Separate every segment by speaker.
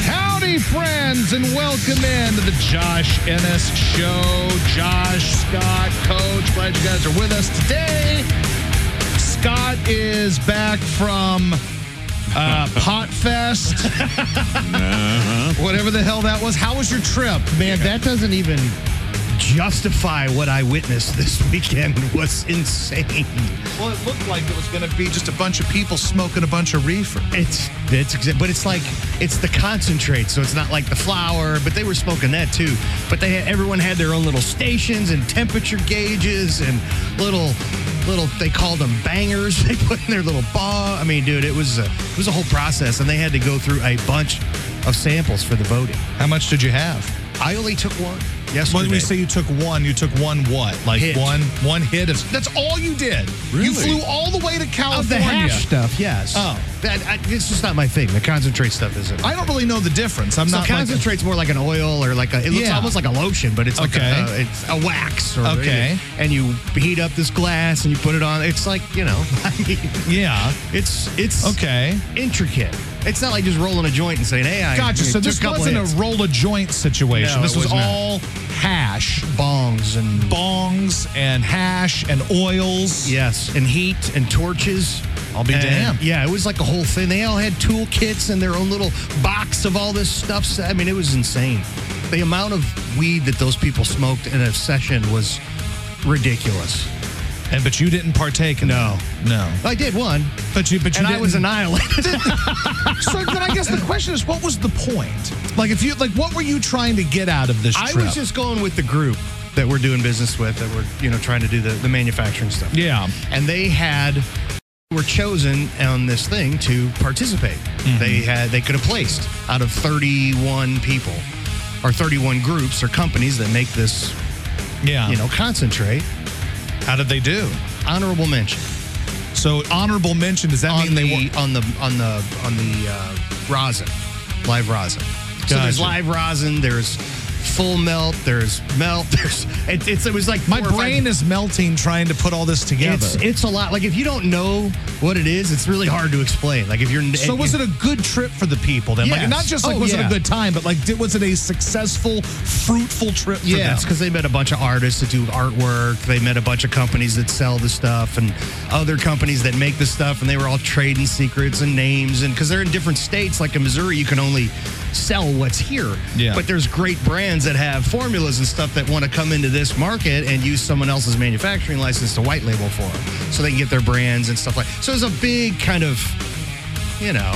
Speaker 1: Howdy, friends, and welcome in to the Josh Ennis Show. Josh, Scott, Coach, glad you guys are with us today. Scott is back from uh, Pot Fest, whatever the hell that was. How was your trip?
Speaker 2: Man, that doesn't even justify what I witnessed this weekend It was insane.
Speaker 1: Well, it looked like it was going to be just a bunch of people smoking a bunch of reefer.
Speaker 2: It's it's exa- but it's like it's the concentrate, so it's not like the flour, but they were smoking that too. But they had everyone had their own little stations and temperature gauges and little little they called them bangers they put in their little ball. I mean, dude, it was a, it was a whole process and they had to go through a bunch of samples for the voting.
Speaker 1: How much did you have?
Speaker 2: I only took one yesterday.
Speaker 1: When we say you took one, you took one what? Like
Speaker 2: Hit.
Speaker 1: one one hit of that's all you did. You flew all the way to
Speaker 2: of the
Speaker 1: California.
Speaker 2: hash stuff, yes.
Speaker 1: Oh.
Speaker 2: that I, it's just not my thing. The concentrate stuff isn't.
Speaker 1: I don't really know the difference. I'm
Speaker 2: So
Speaker 1: not like
Speaker 2: concentrate's more like an oil or like a. It looks
Speaker 1: Yeah.
Speaker 2: almost like a lotion, but it's like
Speaker 1: Okay.
Speaker 2: a, a- it's a wax. Or,
Speaker 1: Okay.
Speaker 2: And you heat up this glass and you put it on. It's like you know, I mean,
Speaker 1: a, yeah.
Speaker 2: it's it's
Speaker 1: Okay.
Speaker 2: intricate. It's not like just rolling a joint and saying, "Hey, I
Speaker 1: Gotcha. So
Speaker 2: took
Speaker 1: this
Speaker 2: a couple
Speaker 1: wasn't
Speaker 2: hits."
Speaker 1: a roll a joint situation.
Speaker 2: No,
Speaker 1: this
Speaker 2: it
Speaker 1: was,
Speaker 2: was not.
Speaker 1: all hash,
Speaker 2: bongs and
Speaker 1: bongs, and hash and oils.
Speaker 2: yes, and heat and torches.
Speaker 1: I'll be
Speaker 2: And,
Speaker 1: damned.
Speaker 2: Yeah, it was like a whole thing. They all had tool kits and their own little box of all this stuff. So, I mean, it was insane. The amount of weed that those people smoked in a session was ridiculous.
Speaker 1: And but you didn't partake. In
Speaker 2: No.
Speaker 1: that. no.
Speaker 2: I did one,
Speaker 1: But you, but you
Speaker 2: and I
Speaker 1: didn't-
Speaker 2: was annihilated.
Speaker 1: so then I guess the question is, what was the point? Like, if you like, what were you trying to get out of this
Speaker 2: I
Speaker 1: trip?
Speaker 2: was just going with the group that we're doing business with, that we're you know trying to do the, the manufacturing stuff.
Speaker 1: yeah.
Speaker 2: and they had were chosen on this thing to participate.
Speaker 1: Mm-hmm.
Speaker 2: They had they could have placed out of 31 people or 31 groups or companies that make this
Speaker 1: Yeah.
Speaker 2: you know concentrate.
Speaker 1: how did they do?
Speaker 2: Honorable mention
Speaker 1: So honorable mention. Does that
Speaker 2: on
Speaker 1: mean
Speaker 2: the
Speaker 1: they won?
Speaker 2: on the on the on the uh, rosin, live rosin. So there's
Speaker 1: Gotcha.
Speaker 2: live rosin. There's full melt. There's melt. There's it, it's it was like
Speaker 1: My
Speaker 2: four or five-
Speaker 1: brain is melting trying to put all this together.
Speaker 2: It's it's a lot. Like if you don't know what it is, it's really hard to explain. Like if you're
Speaker 1: so was it a good trip for the people then? Like
Speaker 2: Yes.
Speaker 1: not just like
Speaker 2: Oh,
Speaker 1: was it
Speaker 2: yeah.
Speaker 1: a good time, but like did, was it a successful, fruitful trip for
Speaker 2: Yeah,
Speaker 1: them?
Speaker 2: because they met a bunch of artists that do artwork. They met a bunch of companies that sell the stuff and other companies that make the stuff. And they were all trading secrets and names. And because they're in different states, like in Missouri, you can only sell what's here.
Speaker 1: Yeah.
Speaker 2: But there's great brands that have formulas and stuff that want to come into this market and use someone else's manufacturing license to white label for them, so they can get their brands and stuff like. So it's a big kind of, you know.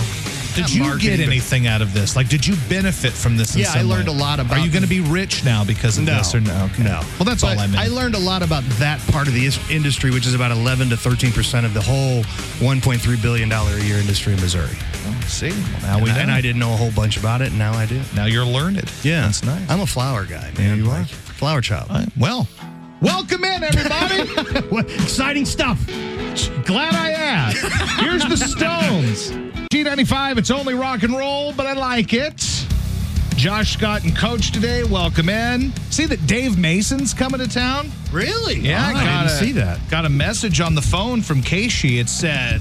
Speaker 1: Did
Speaker 2: not
Speaker 1: you
Speaker 2: marketing,
Speaker 1: get
Speaker 2: but-
Speaker 1: anything out of this? Like, did you benefit from this? in
Speaker 2: Yeah, I
Speaker 1: some
Speaker 2: learned
Speaker 1: way?
Speaker 2: a lot about-
Speaker 1: Are you going to be rich now because of
Speaker 2: No.
Speaker 1: this or no? Okay.
Speaker 2: No.
Speaker 1: Well, that's all
Speaker 2: But
Speaker 1: I meant.
Speaker 2: I learned a lot about that part of the is- industry, which is about 11 to 13% of the whole $1.3 billion a year industry in Missouri.
Speaker 1: Well, see, well, now we
Speaker 2: and, I, and
Speaker 1: know.
Speaker 2: I didn't know a whole bunch about it, and now I do.
Speaker 1: Now you're learned.
Speaker 2: Yeah.
Speaker 1: that's nice.
Speaker 2: I'm a flower guy, man.
Speaker 1: Yeah, you are.
Speaker 2: Flower child.
Speaker 1: All right, Well, welcome in everybody.
Speaker 2: What exciting stuff.
Speaker 1: Glad I asked. Here's the Stones. G95, it's only rock and roll, but I like it. Josh Scott and Coach today, welcome in. See that Dave Mason's coming to town?
Speaker 2: Really?
Speaker 1: Yeah,
Speaker 2: Oh, I
Speaker 1: got
Speaker 2: didn't
Speaker 1: a-
Speaker 2: see that.
Speaker 1: Got a message on the phone from Casey. It said,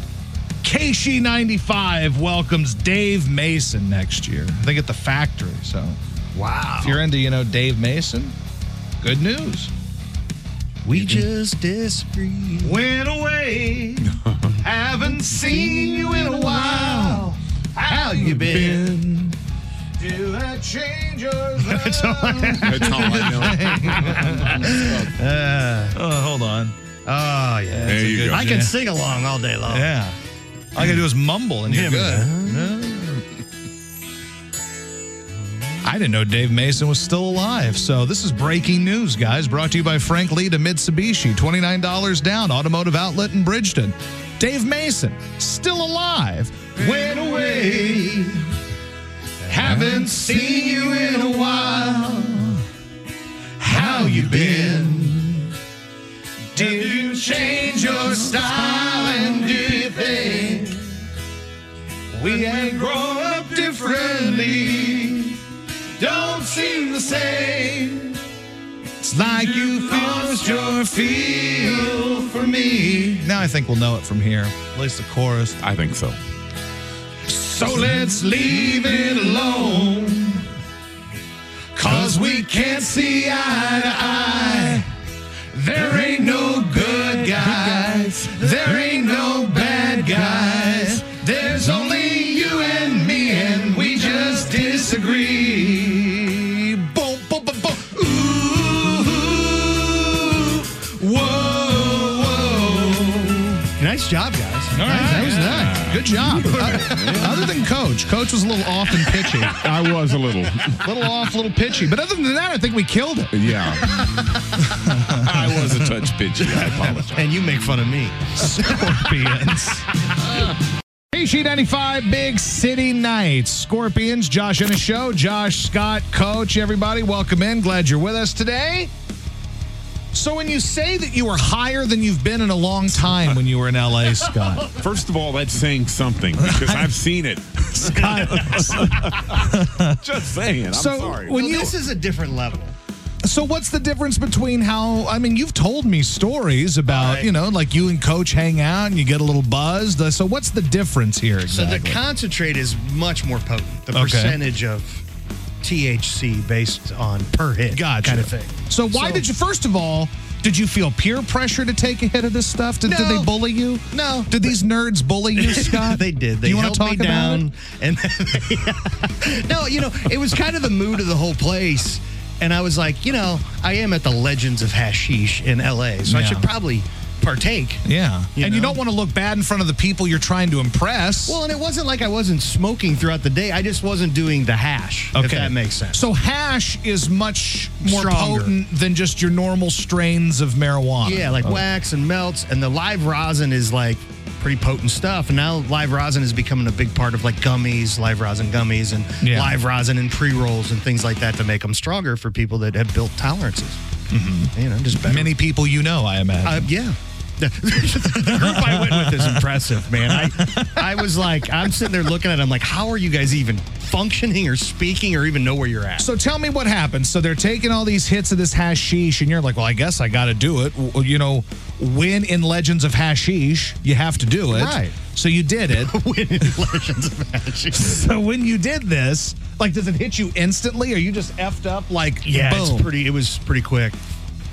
Speaker 1: KC95 welcomes Dave Mason next year. I think at the factory. So
Speaker 2: Wow.
Speaker 1: if you're into, you know, Dave Mason, good news.
Speaker 2: We just disagree.
Speaker 1: Went away. Haven't seen you in a while. How you been? Do I change your
Speaker 3: That's all I know.
Speaker 1: Oh, hold on.
Speaker 2: Oh, yeah.
Speaker 3: There
Speaker 1: a
Speaker 3: you
Speaker 1: good-
Speaker 3: go.
Speaker 2: I can
Speaker 1: Yeah.
Speaker 2: sing along all day long.
Speaker 1: Yeah. All I gotta do is mumble and you're
Speaker 2: Yeah,
Speaker 1: good.
Speaker 2: but-
Speaker 1: I didn't know Dave Mason was still alive. So this is breaking news, guys. Brought to you by Frank Lee to Mitsubishi. $29 down, Automotive Outlet in Bridgeton. Dave Mason, still alive. Went away.
Speaker 2: Haven't seen you in a while. How you been? Did you change your style and do you think we had grown up differently? Don't seem the same. It's like you lost your feel for me.
Speaker 1: Now I think we'll know it from here. At least the chorus.
Speaker 3: I think so.
Speaker 2: So let's leave it alone. Cause we can't see eye to eye. There ain't no good guys. There ain't no bad guys. There's only you and me, and we just disagree. Boom, boom, boom, boom. Ooh, whoa, whoa. Nice job, guys.
Speaker 1: All right, that was that. Good job. Uh, other than Coach, Coach was a little off and pitchy, a
Speaker 3: I was a little.
Speaker 1: little off, a little pitchy. But other than that, I think we killed it.
Speaker 3: Yeah. I was a touch bitchy. I apologize.
Speaker 2: And you make fun of me.
Speaker 1: Scorpions. KC95 Big City Nights. Scorpions, Josh in the show, Josh Scott, coach, everybody. Welcome in. Glad you're with us today. So, when you say that you were higher than you've been in a long time when you were in LA, Scott,
Speaker 3: First of all, that's saying something because I've seen it. Just saying. I'm
Speaker 1: So,
Speaker 3: sorry.
Speaker 1: when-
Speaker 2: Well, this is a different level.
Speaker 1: so what's the difference between how? I mean, you've told me stories about, you know, like you and coach hang out and you get a little buzzed. So, what's the difference here?
Speaker 2: So
Speaker 1: Exactly?
Speaker 2: the concentrate is much more potent. The
Speaker 1: Okay.
Speaker 2: percentage of THC based on per hit
Speaker 1: Gotcha.
Speaker 2: kind of thing.
Speaker 1: So why
Speaker 2: So-
Speaker 1: did you? First of all, did you feel peer pressure to take a hit of this stuff? Did, did
Speaker 2: No.
Speaker 1: they bully you?
Speaker 2: No.
Speaker 1: Did these nerds bully you, Scott?
Speaker 2: they did. They
Speaker 1: Do you want
Speaker 2: held
Speaker 1: to talk about
Speaker 2: me down,
Speaker 1: it?
Speaker 2: and no, you know, it was kind of the mood of the whole place. And I was like, you know, I am at the Legends of Hashish in L.A., so I
Speaker 1: Yeah.
Speaker 2: should probably partake.
Speaker 1: Yeah.
Speaker 2: You
Speaker 1: and you
Speaker 2: know?
Speaker 1: don't want to look bad in front of the people you're trying to impress.
Speaker 2: Well, and it wasn't like I wasn't smoking throughout the day. I just wasn't doing the hash. If that makes sense.
Speaker 1: So hash is much more
Speaker 2: Stronger.
Speaker 1: potent than just your normal strains of marijuana.
Speaker 2: Yeah, like wax and melts, and the live rosin is like pretty potent stuff. And now live rosin is becoming a big part of like gummies, live rosin gummies, and
Speaker 1: Yeah.
Speaker 2: live rosin and pre rolls and things like that to make them stronger for people that have built tolerances. You know, just better.
Speaker 1: Mm-hmm. Many people you know, I imagine.
Speaker 2: Uh, yeah. the group I went with is impressive, man. I, I was like, I'm sitting there looking at them like, how are you guys even functioning or speaking or even know where you're at?
Speaker 1: So tell me what happens. So they're taking all these hits of this hashish, and you're like, well, I guess I got to do it. Well, you know, when in Legends of Hashish, you have to do it.
Speaker 2: Right.
Speaker 1: So you did it.
Speaker 2: Winning Legends of Ashes.
Speaker 1: so when you did this, like, does it hit you instantly? Are you just effed up? Like,
Speaker 2: Yeah,
Speaker 1: boom.
Speaker 2: it's pretty. It was pretty quick,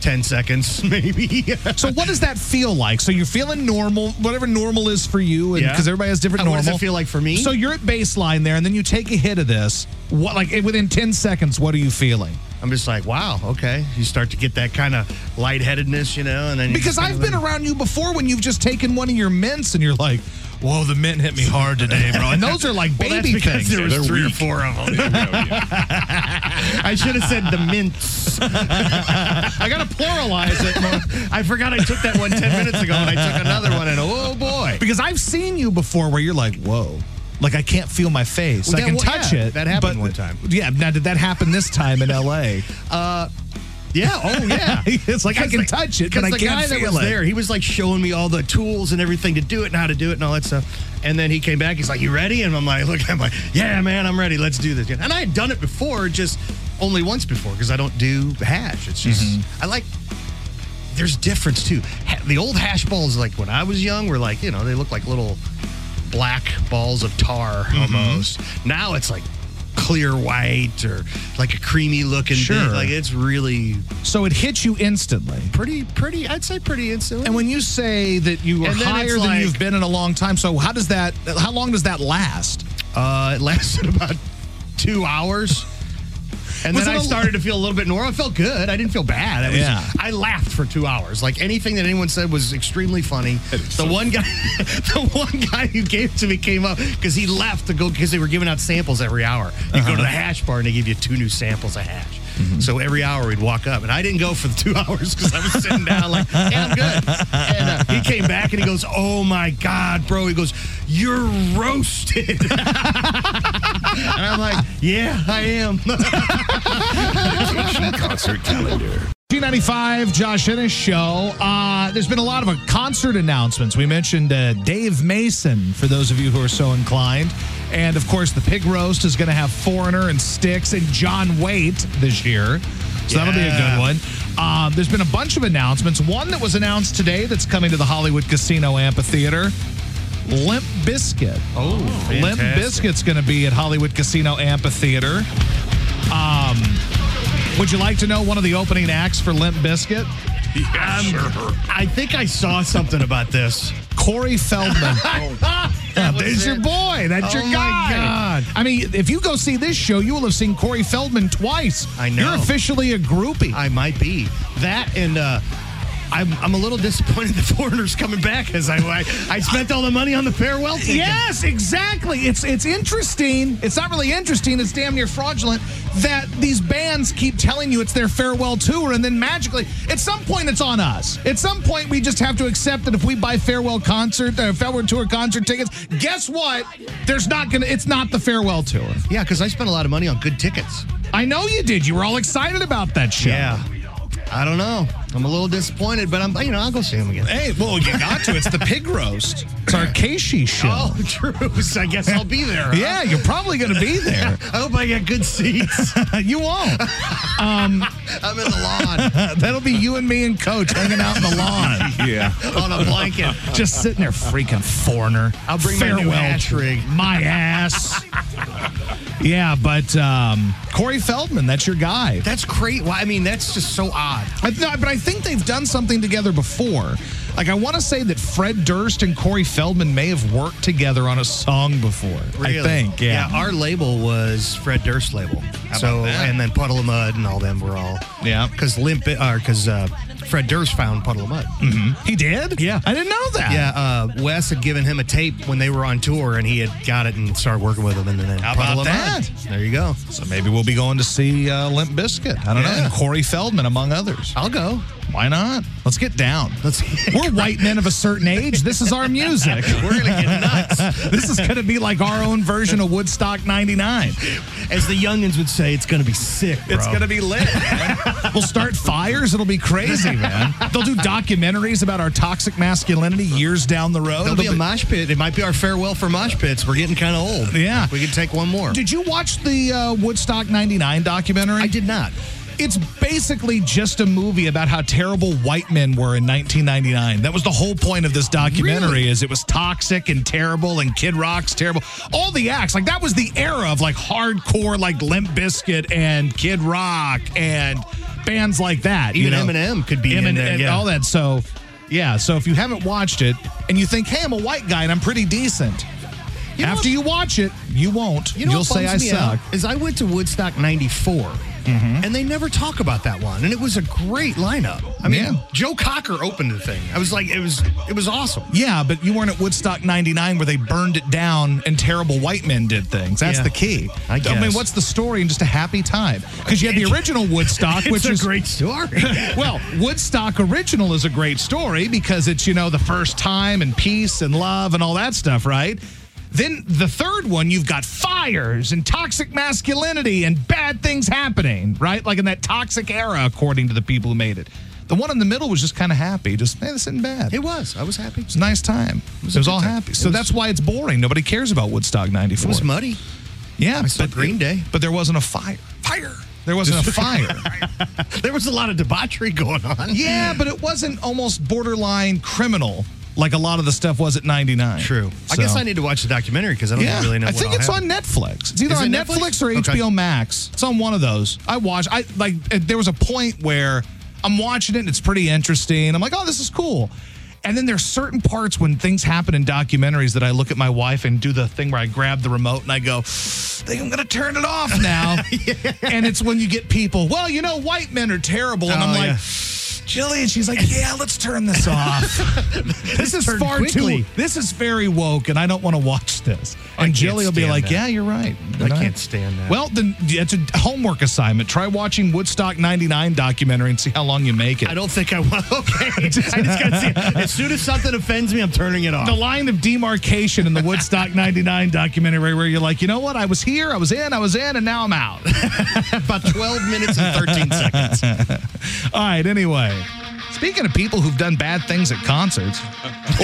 Speaker 2: ten seconds maybe.
Speaker 1: so what does that feel like? So you're feeling normal, whatever normal is for you, and
Speaker 2: Yeah.
Speaker 1: because everybody has different
Speaker 2: Uh, what
Speaker 1: normal.
Speaker 2: does it feel like for me?
Speaker 1: So you're at baseline there, and then you take a hit of this. What, like, eh, within ten seconds, what are you feeling?
Speaker 2: I'm just like, wow, okay. You start to get that kind of lightheadedness, you know, and then you
Speaker 1: Because
Speaker 2: just kinda
Speaker 1: I've been
Speaker 2: like-
Speaker 1: around you before when you've just taken one of your mints and you're like, "Whoa, the mint hit me hard today, bro." And those are like
Speaker 2: Well, that's
Speaker 1: baby
Speaker 2: because
Speaker 1: things.
Speaker 2: there was
Speaker 3: They're
Speaker 2: three
Speaker 3: weak.
Speaker 2: or four of them.
Speaker 3: There we go, yeah.
Speaker 2: I should have said the mints. I gotta pluralize it. Mo. I forgot I took that one ten minutes ago, and I took another one, and oh boy,
Speaker 1: Because I've seen you before where you're like, "Whoa." Like I can't feel my face.
Speaker 2: Well,
Speaker 1: I
Speaker 2: that
Speaker 1: can
Speaker 2: wa-
Speaker 1: touch
Speaker 2: yeah,
Speaker 1: it.
Speaker 2: that happened
Speaker 1: but-
Speaker 2: one time.
Speaker 1: Yeah. Now did that happen this time in L.A.?
Speaker 2: yeah, oh yeah.
Speaker 1: it's like I
Speaker 2: Because
Speaker 1: can
Speaker 2: the-
Speaker 1: touch it, but
Speaker 2: because
Speaker 1: I
Speaker 2: the
Speaker 1: can't
Speaker 2: guy that
Speaker 1: feel
Speaker 2: was
Speaker 1: it.
Speaker 2: there, he was like showing me all the tools and everything to do it and how to do it and all that stuff. And then he came back, he's like, "You ready?" And I'm like, "Look, I'm like, yeah, man, I'm ready. Let's do this." And I had done it before, just only once before because I don't do hash. It's just
Speaker 1: Mm-hmm.
Speaker 2: I like. There's difference too. Ha- The old hash balls, like when I was young, were like you know they look like little black balls of tar
Speaker 1: Mm-hmm.
Speaker 2: almost. Now it's like clear white or like a creamy looking. thing.
Speaker 1: Sure.
Speaker 2: Like it's really
Speaker 1: So it hits you instantly.
Speaker 2: pretty, pretty. I'd say pretty instantly.
Speaker 1: And when you say that you are
Speaker 2: And then it's
Speaker 1: higher than
Speaker 2: like-
Speaker 1: you've been in a long time, so how does that? How long does that last?
Speaker 2: uh, it lasted about two hours. And
Speaker 1: Was
Speaker 2: then
Speaker 1: it
Speaker 2: I
Speaker 1: a-
Speaker 2: started to feel a little bit normal. I felt good. I didn't feel bad. I, was,
Speaker 1: Yeah.
Speaker 2: I laughed for two hours. Like anything that anyone said was extremely funny. The one guy, the one guy who gave it to me came up because he left to go because they were giving out samples every hour. You go to the
Speaker 1: Uh-huh.
Speaker 2: hash bar and they give you two new samples of hash.
Speaker 1: Mm-hmm.
Speaker 2: So every hour we'd walk up, and I didn't go for the two hours because I was sitting down like, "Hey, I'm good." And uh, he came back and he goes, "Oh my god, bro!" He goes, "You're roasted." And I'm like, yeah, I am.
Speaker 1: concert calendar. G95 Josh Ennis show. Uh, there's been a lot of uh, concert announcements. We mentioned uh, Dave Mason for those of you who are so inclined, and of course the Pig Roast is going to have Foreigner and Sticks and John Waite this year, so that'll be a good
Speaker 2: Yeah.
Speaker 1: one. Um, there's been a bunch of announcements. One that was announced today that's coming to the Hollywood Casino Amphitheater. Limp Biscuit. Oh, Limp
Speaker 2: fantastic.
Speaker 1: Biscuit's going to be at Hollywood Casino Amphitheater. Um, would you like to know one of the opening acts for Limp Biscuit?
Speaker 3: Yeah, sure.
Speaker 2: I think I saw something about this.
Speaker 1: Corey Feldman.
Speaker 2: Oh, That was
Speaker 1: There's your
Speaker 2: it.
Speaker 1: boy. That's your
Speaker 2: Oh, my
Speaker 1: guy.
Speaker 2: God.
Speaker 1: I mean, if you go see this show, you will have seen Corey Feldman twice.
Speaker 2: I know.
Speaker 1: You're officially a groupie.
Speaker 2: I might be. That and uh I'm, I'm a little disappointed the foreigners coming back because I, I I spent all the money on the farewell ticket.
Speaker 1: Yes, exactly. It's it's interesting. It's not really interesting. It's damn near fraudulent that these bands keep telling you it's their farewell tour, and then magically, at some point, it's on us. At some point, we just have to accept that if we buy farewell concert, uh, farewell tour concert tickets, guess what? There's not gonna. It's not the farewell tour.
Speaker 2: Yeah, because I spent a lot of money on good tickets.
Speaker 1: I know you did. You were all excited about that show.
Speaker 2: I don't know. I'm a little disappointed, but I'm you know I'll go see them again.
Speaker 1: Hey, well, you got to. It's the pig roast. It's our Casey show.
Speaker 2: Oh, true. So I guess I'll be there. huh?
Speaker 1: Yeah, you're probably going to be there.
Speaker 2: I hope I get good seats.
Speaker 1: you won't.
Speaker 2: I'm in the lawn
Speaker 1: That'll be you and me and Coach hanging out in the lawn,
Speaker 3: Yeah.
Speaker 2: on a blanket.
Speaker 1: just sitting there, freaking foreigner.
Speaker 2: I'll bring my new ash rig.
Speaker 1: my ass. yeah, but um, Corey Feldman, that's your guy.
Speaker 2: That's great. Why? I mean, that's just so odd.
Speaker 1: I, no, but I think they've done something together before. Like I want to say that Fred Durst and Corey Feldman may have worked together on a song before. I think, yeah.
Speaker 2: Our label was Fred Durst's label. so and then Puddle of Mud and all them were all
Speaker 1: Yeah.
Speaker 2: Because Limp or because uh, Fred Durst found Puddle of Mud.
Speaker 1: Mm-hmm. he did.
Speaker 2: Yeah.
Speaker 1: I didn't know that.
Speaker 2: Yeah, uh, Wes had given him a tape when they were on tour, and he had got it and started working with him. And then
Speaker 1: How
Speaker 2: Puddle
Speaker 1: about
Speaker 2: of Mud.
Speaker 1: that?
Speaker 2: There you go.
Speaker 1: So maybe we'll be going to see uh, Limp Bizkit. I don't know.
Speaker 2: Yeah.
Speaker 1: And Corey Feldman, among others.
Speaker 2: I'll go.
Speaker 1: Why not? Let's get down.
Speaker 2: Let's.
Speaker 1: We're white men of a certain age. This is our music.
Speaker 2: we're gonna get nuts,
Speaker 1: this is going to be like our own version of Woodstock 99.
Speaker 2: as the youngins would say. It's gonna be sick. Bro.
Speaker 1: be lit. we'll start fires. It'll be crazy, man. They'll do documentaries about our toxic masculinity years down the road.
Speaker 2: There'll be a
Speaker 1: It'll be-
Speaker 2: mosh pit. It might be our farewell for mosh pits. We're getting kind of old.
Speaker 1: Yeah.
Speaker 2: we could take one more.
Speaker 1: did you watch the uh, Woodstock 99 documentary?
Speaker 2: I did not.
Speaker 1: It's basically just a movie about how terrible white men were in 1999. That was the whole point of this documentary is it was toxic and terrible and Kid Rock's terrible. All the acts, like that was the era of like hardcore like Limp Bizkit and Kid Rock and bands like that.
Speaker 2: Even
Speaker 1: you know?
Speaker 2: Eminem could be in
Speaker 1: Emin-
Speaker 2: there,
Speaker 1: and
Speaker 2: yeah.
Speaker 1: all that. So, yeah. So if you haven't watched it and you think, hey, I'm a white guy and I'm pretty decent,
Speaker 2: You know
Speaker 1: after
Speaker 2: what-
Speaker 1: you watch it, you won't.
Speaker 2: You know
Speaker 1: will
Speaker 2: what
Speaker 1: say
Speaker 2: bums
Speaker 1: I
Speaker 2: me
Speaker 1: suck. Mm-hmm.
Speaker 2: Out is I went to Woodstock '94, and they never talk about that one. And it was a great lineup. I mean,
Speaker 1: Yeah.
Speaker 2: Joe Cocker opened the thing. I was like, it was it was awesome.
Speaker 1: Yeah, but you weren't at Woodstock 99 where they burned it down and terrible white men did things. That's
Speaker 2: Yeah.
Speaker 1: the key.
Speaker 2: I
Speaker 1: mean,
Speaker 2: guess.
Speaker 1: what's the story in just a happy time? Because you had the original Woodstock,
Speaker 2: It's
Speaker 1: which
Speaker 2: a
Speaker 1: is
Speaker 2: great story.
Speaker 1: well, Woodstock original is a great story because it's, you know, the first time and peace and love and all that stuff, right? Then the third one, you've got fires and toxic masculinity and bad things happening, right? Like in that toxic era, according to the people who made it. The one in the middle was just kind of happy, just, hey, this isn't bad.
Speaker 2: it was. I was happy.
Speaker 1: It was a nice time. It was,
Speaker 2: a good
Speaker 1: all
Speaker 2: time.
Speaker 1: happy.
Speaker 2: It
Speaker 1: So
Speaker 2: was-
Speaker 1: that's why it's boring. Nobody cares about Woodstock 94.
Speaker 2: It was muddy.
Speaker 1: Yeah.
Speaker 2: saw Green Day.
Speaker 1: But there wasn't a fire. Fire. There wasn't a fire.
Speaker 2: There was a lot of debauchery going on.
Speaker 1: yeah, but it wasn't almost borderline criminal like a lot of the stuff was at 99.
Speaker 2: True. I guess I need to watch the documentary because I don't
Speaker 1: Yeah,
Speaker 2: really know.
Speaker 1: I
Speaker 2: what
Speaker 1: think
Speaker 2: all
Speaker 1: it's
Speaker 2: happened.
Speaker 1: on Netflix. It's either
Speaker 2: Is
Speaker 1: on
Speaker 2: it
Speaker 1: Netflix,
Speaker 2: Netflix?
Speaker 1: or
Speaker 2: Okay.
Speaker 1: HBO Max. It's on one of those. I watch. I like. uh, There was a point where I'm watching it and it's pretty interesting. I'm like, oh, this is cool. And then there's certain parts when things happen in documentaries that I look at my wife and do the thing where I grab the remote and I go, I think I'm gonna turn it off now. And it's when you get people, well, you know, white men are terrible, and
Speaker 2: Oh,
Speaker 1: I'm like.
Speaker 2: yeah.
Speaker 1: Jillian, she's like, yeah, let's turn this off. this is
Speaker 2: turned
Speaker 1: far
Speaker 2: quickly.
Speaker 1: too. This is very woke, and I don't want to watch this. and Jilly will be
Speaker 2: stand
Speaker 1: like,
Speaker 2: that.
Speaker 1: "Yeah, you're right."
Speaker 2: I
Speaker 1: And
Speaker 2: can't stand that.
Speaker 1: Well, then it's a homework assignment. Try watching Woodstock '99 documentary and see how long you make it.
Speaker 2: I don't think I will. Okay. I just got to see. As soon as something offends me, I'm turning it off.
Speaker 1: the line of demarcation in the Woodstock 99 documentary where you're like, you know what? I was here, I was in, I was in, and now I'm out.
Speaker 2: About 12 minutes and 13 seconds.
Speaker 1: All right, anyway. Speaking of people who've done bad things at concerts,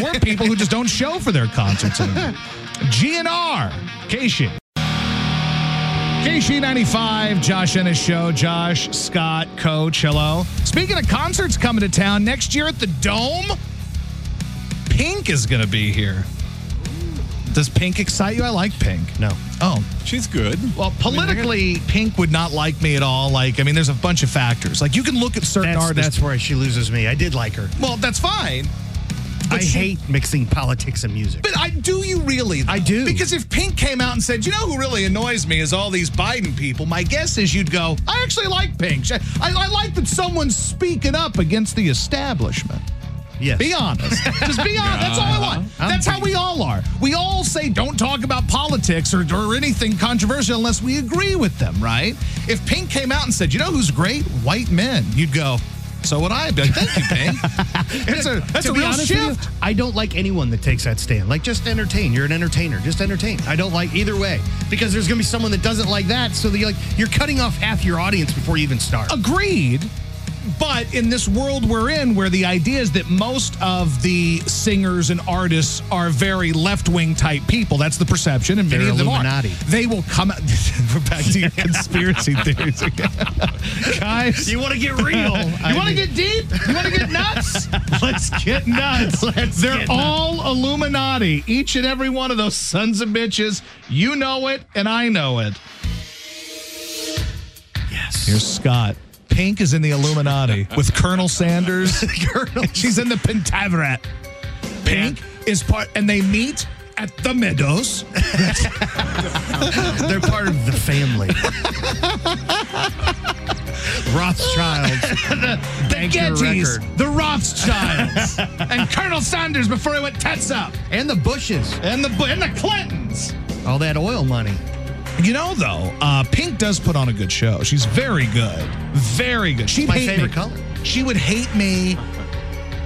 Speaker 1: or people who just don't show for their concerts anymore, GNR, Casey. KC95, Josh Ennis Show, Josh, Scott, Coach, hello. Speaking of concerts coming to town next year at the Dome, Pink is going to be here. Does Pink excite you? I like Pink.
Speaker 2: No.
Speaker 1: Oh,
Speaker 3: She's good.
Speaker 1: well, politically, Pink would not like me at all. Like, I mean, there's a bunch of factors. Like, you can look at certain
Speaker 2: That's,
Speaker 1: artists.
Speaker 2: that's where she loses me. I did like her.
Speaker 1: well, that's fine.
Speaker 2: I
Speaker 1: she-
Speaker 2: hate mixing politics and music.
Speaker 1: But I do you really? though?
Speaker 2: I do.
Speaker 1: Because if Pink came out and said, you know who really annoys me is all these Biden people, my guess is you'd go, I actually like Pink. I, I like that someone's speaking up against the establishment.
Speaker 2: Yes.
Speaker 1: Be honest. Just be honest. That's all I want. That's how we all are. We all say don't talk about politics or, or anything controversial unless we agree with them, right? If Pink came out and said, you know who's great? White men. You'd go, so would I. I'd be like, thank you, Pink. It's a, that's
Speaker 2: to
Speaker 1: a
Speaker 2: be
Speaker 1: real
Speaker 2: honest
Speaker 1: shift.
Speaker 2: with you, I don't like anyone that takes that stand. Like, just entertain. You're an entertainer. Just entertain. I don't like either way because there's going to be someone that doesn't like that. So that you're like you're cutting off half your audience before you even start.
Speaker 1: Oh, Agreed. But in this world we're in, where the idea is that most of the singers and artists are very left wing type people, that's the perception, and many
Speaker 2: They're
Speaker 1: of them
Speaker 2: Illuminati.
Speaker 1: are. They will come out. We're back to your conspiracy theories again. Guys,
Speaker 2: you want to get real?
Speaker 1: you want to get deep? You want to get nuts? Let's get nuts. They're
Speaker 2: get nuts.
Speaker 1: all Illuminati. Each and every one of those sons of bitches. You know it, and I know it.
Speaker 2: yes.
Speaker 1: Here's Scott. Pink is in the Illuminati with Colonel Sanders. She's in the Pentaveret. Pink is part, and they meet at the Meadows.
Speaker 2: They're part of the family. Rothschilds.
Speaker 1: The
Speaker 2: Bank your
Speaker 1: Gettys,
Speaker 2: record.
Speaker 1: the Rothschilds, and Colonel Sanders before he went tits up,
Speaker 2: And the Bushes.
Speaker 1: and the Bu- and the Clintons.
Speaker 2: All that oil money.
Speaker 1: You know, though, uh, Pink does put on a good show. She's very good, very good. She
Speaker 2: My
Speaker 1: hate
Speaker 2: favorite
Speaker 1: me.
Speaker 2: color.
Speaker 1: She would hate me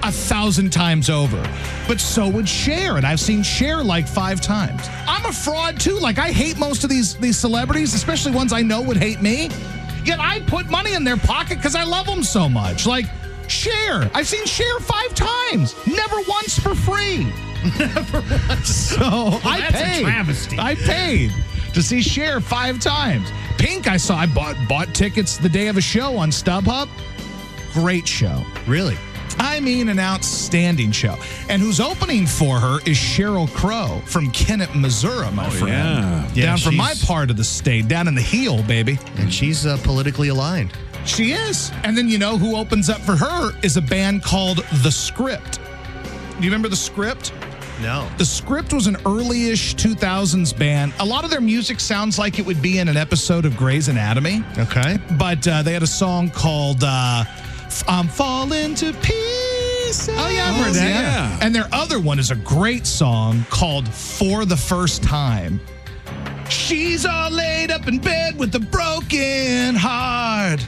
Speaker 1: a thousand times over, but so would Cher, and I've seen Cher like five times. I'm a fraud too. Like I hate most of these these celebrities, especially ones I know would hate me. Yet I put money in their pocket because I love them so much. Like Cher, I've seen Cher five times, never once for free. never once. So Oh, I
Speaker 2: that's a
Speaker 1: paid.
Speaker 2: travesty.
Speaker 1: I paid to see Cher five times. Pink, I saw. I bought bought tickets the day of a show on StubHub. Great show.
Speaker 2: Really?
Speaker 1: I mean, an outstanding show. And who's opening for her is Cheryl Crow from Kennett, Missouri, my friend.
Speaker 3: yeah.
Speaker 1: Down
Speaker 2: Oh, Yeah,
Speaker 1: from my
Speaker 2: she's-
Speaker 1: part of the state, down in the heel, baby.
Speaker 2: And she's uh, politically aligned.
Speaker 1: She is. And then you know who opens up for her is a band called The Script. Do you remember The Script?
Speaker 2: No.
Speaker 1: The Script was an early-ish 2000s band. A lot of their music sounds like it would be in an episode of Grey's Anatomy.
Speaker 2: Okay.
Speaker 1: but uh, they had a song called uh, F- "I'm Falling to Pieces." Oh yeah,
Speaker 3: I've heard that. Yeah.
Speaker 1: And their other one is a great song called "For the First Time." She's all laid up in bed with a broken heart.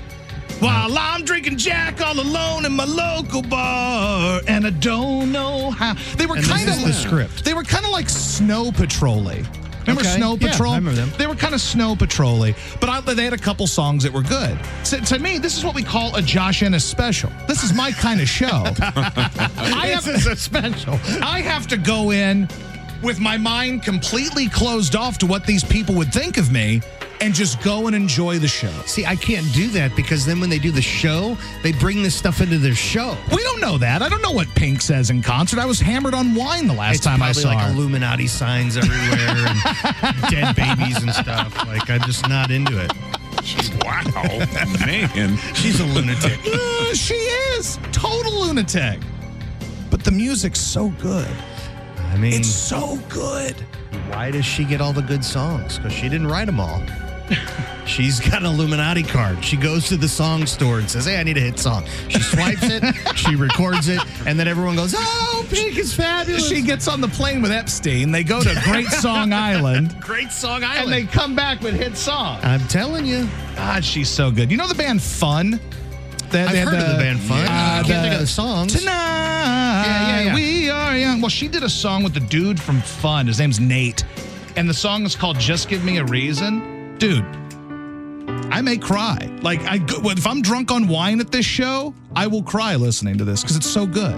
Speaker 1: While I'm drinking Jack all alone in my local bar, and I don't know how they were
Speaker 2: And this
Speaker 1: kind of
Speaker 2: is the script.
Speaker 1: They were kind of like Snow Patrolly. Remember
Speaker 2: Okay.
Speaker 1: Snow
Speaker 2: Yeah, I
Speaker 1: Patrol?
Speaker 2: remember them.
Speaker 1: They were kind of snow patrolly, but I, they had a couple songs that were good. So, to me, this is what we call a Josh Ennis special. This is my kind of show. I have,
Speaker 2: This is a special.
Speaker 1: I have to go in with my mind completely closed off to what these people would think of me and just go and enjoy the show.
Speaker 2: See, I can't do that because then when they do the show, they bring this stuff into their show.
Speaker 1: We don't know that. I don't know what Pink says in concert. I was hammered on wine the last time I
Speaker 2: probably
Speaker 1: saw
Speaker 2: like
Speaker 1: her.
Speaker 2: Illuminati signs everywhere and dead babies and stuff. Like I'm just not into it.
Speaker 3: Wow. Man.
Speaker 2: She's a lunatic.
Speaker 1: Uh, she is total lunatic. But the music's so good.
Speaker 2: I mean,
Speaker 1: It's so good.
Speaker 2: why does she get all the good songs? Because she didn't write them all. She's got an Illuminati card. She goes to the song store and says, Hey, I need a hit song. She swipes it, she records it, and then everyone goes, Oh, Pink is fabulous.
Speaker 1: She gets on the plane with Epstein. They go to Great Song Island.
Speaker 2: Great song
Speaker 1: And
Speaker 2: island.
Speaker 1: they come back with hit song.
Speaker 2: I'm telling you.
Speaker 1: God, she's so good. You know the band Fun? They,
Speaker 2: I've
Speaker 1: they had
Speaker 2: heard of the band Fun. I can't
Speaker 1: the-
Speaker 2: think of the songs.
Speaker 1: Tonight,
Speaker 2: Yeah, yeah, yeah.
Speaker 1: we are young. Well, she did a song with the dude from Fun. His name's Nate, and the song is called "Just Give Me a Reason." Dude, I may cry. Like, I go- if I'm drunk on wine at this show, I will cry listening to this because it's so good.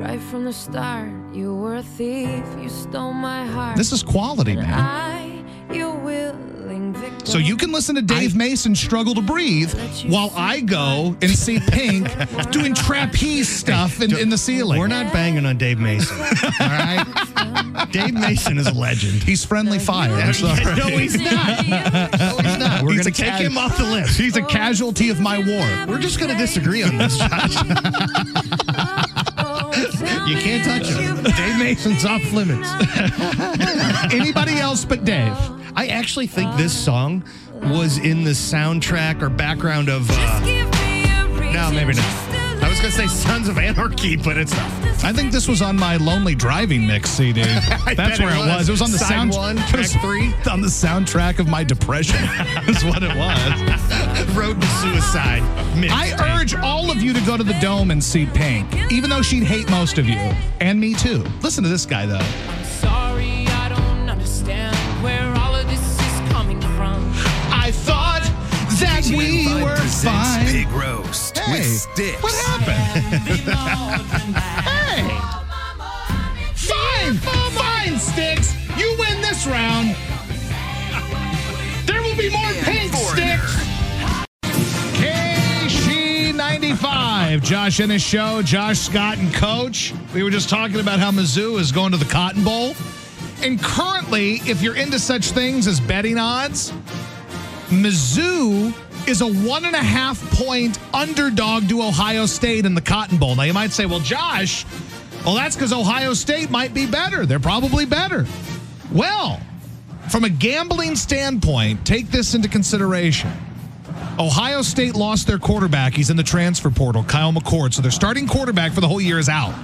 Speaker 4: Right from the start, you were a thief. You stole my heart.
Speaker 1: This is quality,
Speaker 4: And
Speaker 1: man.
Speaker 4: I, your willing victim.
Speaker 1: So you can listen to Dave Mason struggle to breathe while I go and see Pink doing trapeze stuff in, in the ceiling.
Speaker 2: We're not banging on Dave Mason. All right? Dave Mason is a legend.
Speaker 1: He's friendly fire. I'm sorry.
Speaker 2: No, he's not. No, he's not. We're
Speaker 1: He's
Speaker 2: going to
Speaker 1: a
Speaker 2: take
Speaker 1: cat.
Speaker 2: him off the list.
Speaker 1: He's a casualty of my war.
Speaker 2: We're just going to disagree on this, Josh.
Speaker 4: Oh,
Speaker 2: You can't touch him. Dave Mason's off limits.
Speaker 1: Anybody else but Dave.
Speaker 2: I actually think this song was in the soundtrack or background of. Uh, no, maybe not. I was going to say Sons of Anarchy, but it's not.
Speaker 1: I think this was on my lonely driving mix CD. That's
Speaker 2: bet
Speaker 1: where
Speaker 2: it
Speaker 1: it was.
Speaker 2: was.
Speaker 1: It was on the
Speaker 2: Side
Speaker 1: sound
Speaker 2: one,
Speaker 1: it was
Speaker 2: track three.
Speaker 1: on the soundtrack of my depression. That's what it was.
Speaker 2: Road to Suicide. Mixed.
Speaker 1: I urge all of you to go to the dome and see Pink, even though she'd hate most of you and me too. Listen to this guy though.
Speaker 5: Sorry, I don't understand where all of this is coming from.
Speaker 1: I thought that we were fine.
Speaker 6: Big roast
Speaker 1: Hey,
Speaker 6: with sticks.
Speaker 1: what happened? Hey. Fine! Fine, Sticks! You win this round! There will be more pink sticks! KC95, Josh in his show, Josh Scott and Coach. We were just talking about how Mizzou is going to the Cotton Bowl. And currently, if you're into such things as betting odds, Mizzou is a one and a half point underdog to Ohio State in the Cotton Bowl. Now, you might say, well, Josh, well, that's because Ohio State might be better. They're probably better. Well, from a gambling standpoint, take this into consideration. Ohio State lost their quarterback. He's in the transfer portal, Kyle McCord. So their starting quarterback for the whole year is out.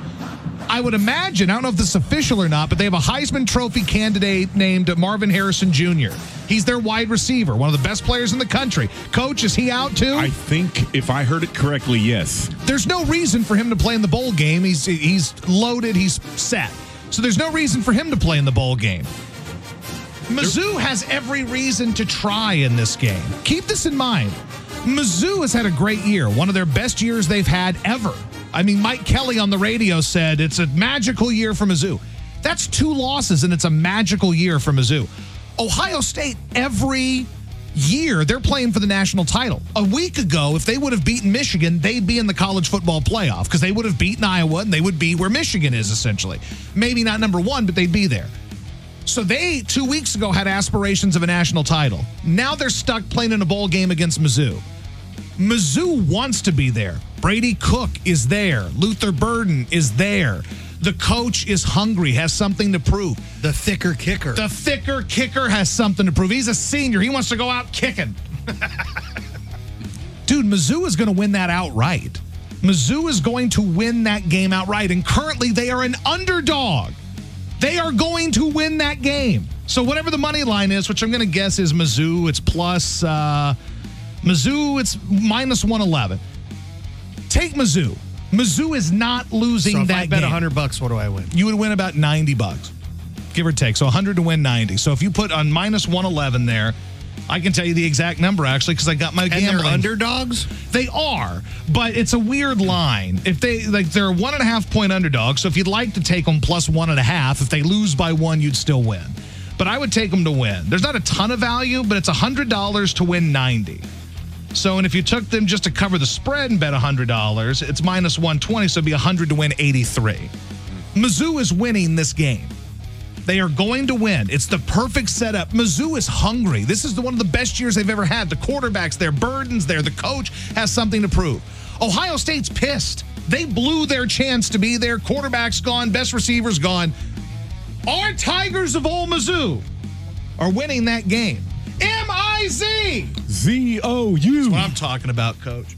Speaker 1: I would imagine, I don't know if this is official or not, but they have a Heisman Trophy candidate named Marvin Harrison Jr. He's their wide receiver, one of the best players in the country. Coach, is he out too?
Speaker 3: I think if I heard it correctly, yes.
Speaker 1: there's no reason for him to play in the bowl game. He's he's loaded. He's set. So there's no reason for him to play in the bowl game. Mizzou has every reason to try in this game. Keep this in mind. Mizzou has had a great year, one of their best years they've had ever. I mean, Mike Kelly on the radio said it's a magical year for Mizzou. That's two losses, and it's a magical year for Mizzou. Ohio State, every year, they're playing for the national title. A week ago, if they would have beaten Michigan, they'd be in the college football playoff because they would have beaten Iowa and they would be where Michigan is, essentially. Maybe not number one, but they'd be there. So they two weeks ago had aspirations of a national title. Now they're stuck playing in a bowl game against Mizzou. Mizzou wants to be there. Brady Cook is there. Luther Burden is there. The coach is hungry, has something to prove.
Speaker 2: The thicker kicker.
Speaker 1: The thicker kicker has something to prove. He's a senior. He wants to go out kicking. Dude, Mizzou is going to win that outright. Mizzou is going to win that game outright. And currently, they are an underdog. They are going to win that game. So, whatever the money line is, which I'm going to guess is Mizzou, it's plus, uh, Mizzou, it's minus 111. Take Mizzou. Mizzou is not losing
Speaker 2: so if
Speaker 1: that
Speaker 2: I bet
Speaker 1: game
Speaker 2: 100 bucks, what do I win?
Speaker 1: you would win about 90 bucks, give or take. So 100 to win 90. So if you put on minus 111 there, I can tell you the exact number actually because I got my
Speaker 2: And they're
Speaker 1: gambling.
Speaker 2: underdogs?
Speaker 1: They are, but it's a weird line. If they like, they're a one and a half point underdog. So if you'd like to take them plus one and a half, if they lose by one, you'd still win. But I would take them to win. There's not a ton of value, but it's hundred dollars to win ninety. So, and if you took them just to cover the spread and bet hundred dollars, it's minus one twenty, so it'd be hundred to win eighty-three. Mizzou is winning this game. They are going to win. It's the perfect setup. Mizzou is hungry. This is the, one of the best years they've ever had. The quarterback's there, Burden's there, the coach has something to prove. Ohio State's pissed. They blew their chance to be there. Quarterback's gone, best receiver's gone. Our Tigers of Ole Mizzou are winning that game. M I Z.
Speaker 3: V O U.
Speaker 7: what I'm talking about, Coach.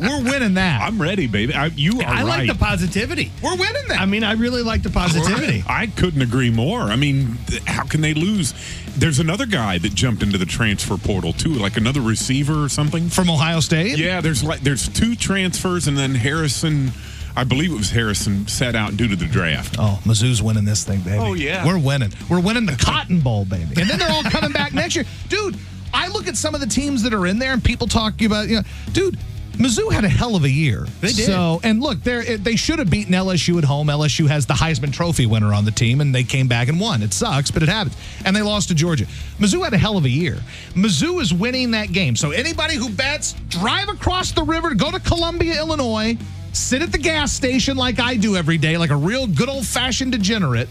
Speaker 1: We're winning that.
Speaker 3: I'm ready, baby. I, you are
Speaker 2: I like
Speaker 3: right.
Speaker 2: the positivity.
Speaker 1: We're winning that.
Speaker 2: I mean, I really like the positivity.
Speaker 3: I couldn't agree more. I mean, th- how can they lose? There's another guy that jumped into the transfer portal too, like another receiver or something.
Speaker 1: From Ohio State?
Speaker 3: Yeah, there's like there's two transfers, and then Harrison, I believe it was Harrison, sat out due to the draft.
Speaker 7: Oh, Mizzou's winning this thing, baby.
Speaker 3: Oh, yeah.
Speaker 7: We're winning. We're winning the Cotton Bowl, baby.
Speaker 1: And then they're all coming back next year. Dude, I look at some of the teams that are in there and people talk about, you know, dude, Mizzou had a hell of a year. They
Speaker 7: did.
Speaker 1: So, and look, they they should have beaten LSU at home. LSU has the Heisman Trophy winner on the team, and they came back and won. It sucks, but it happens. And they lost to Georgia. Mizzou had a hell of a year. Mizzou is winning that game. So, anybody who bets, drive across the river, go to Columbia, Illinois, sit at the gas station like I do every day, like a real good old fashioned degenerate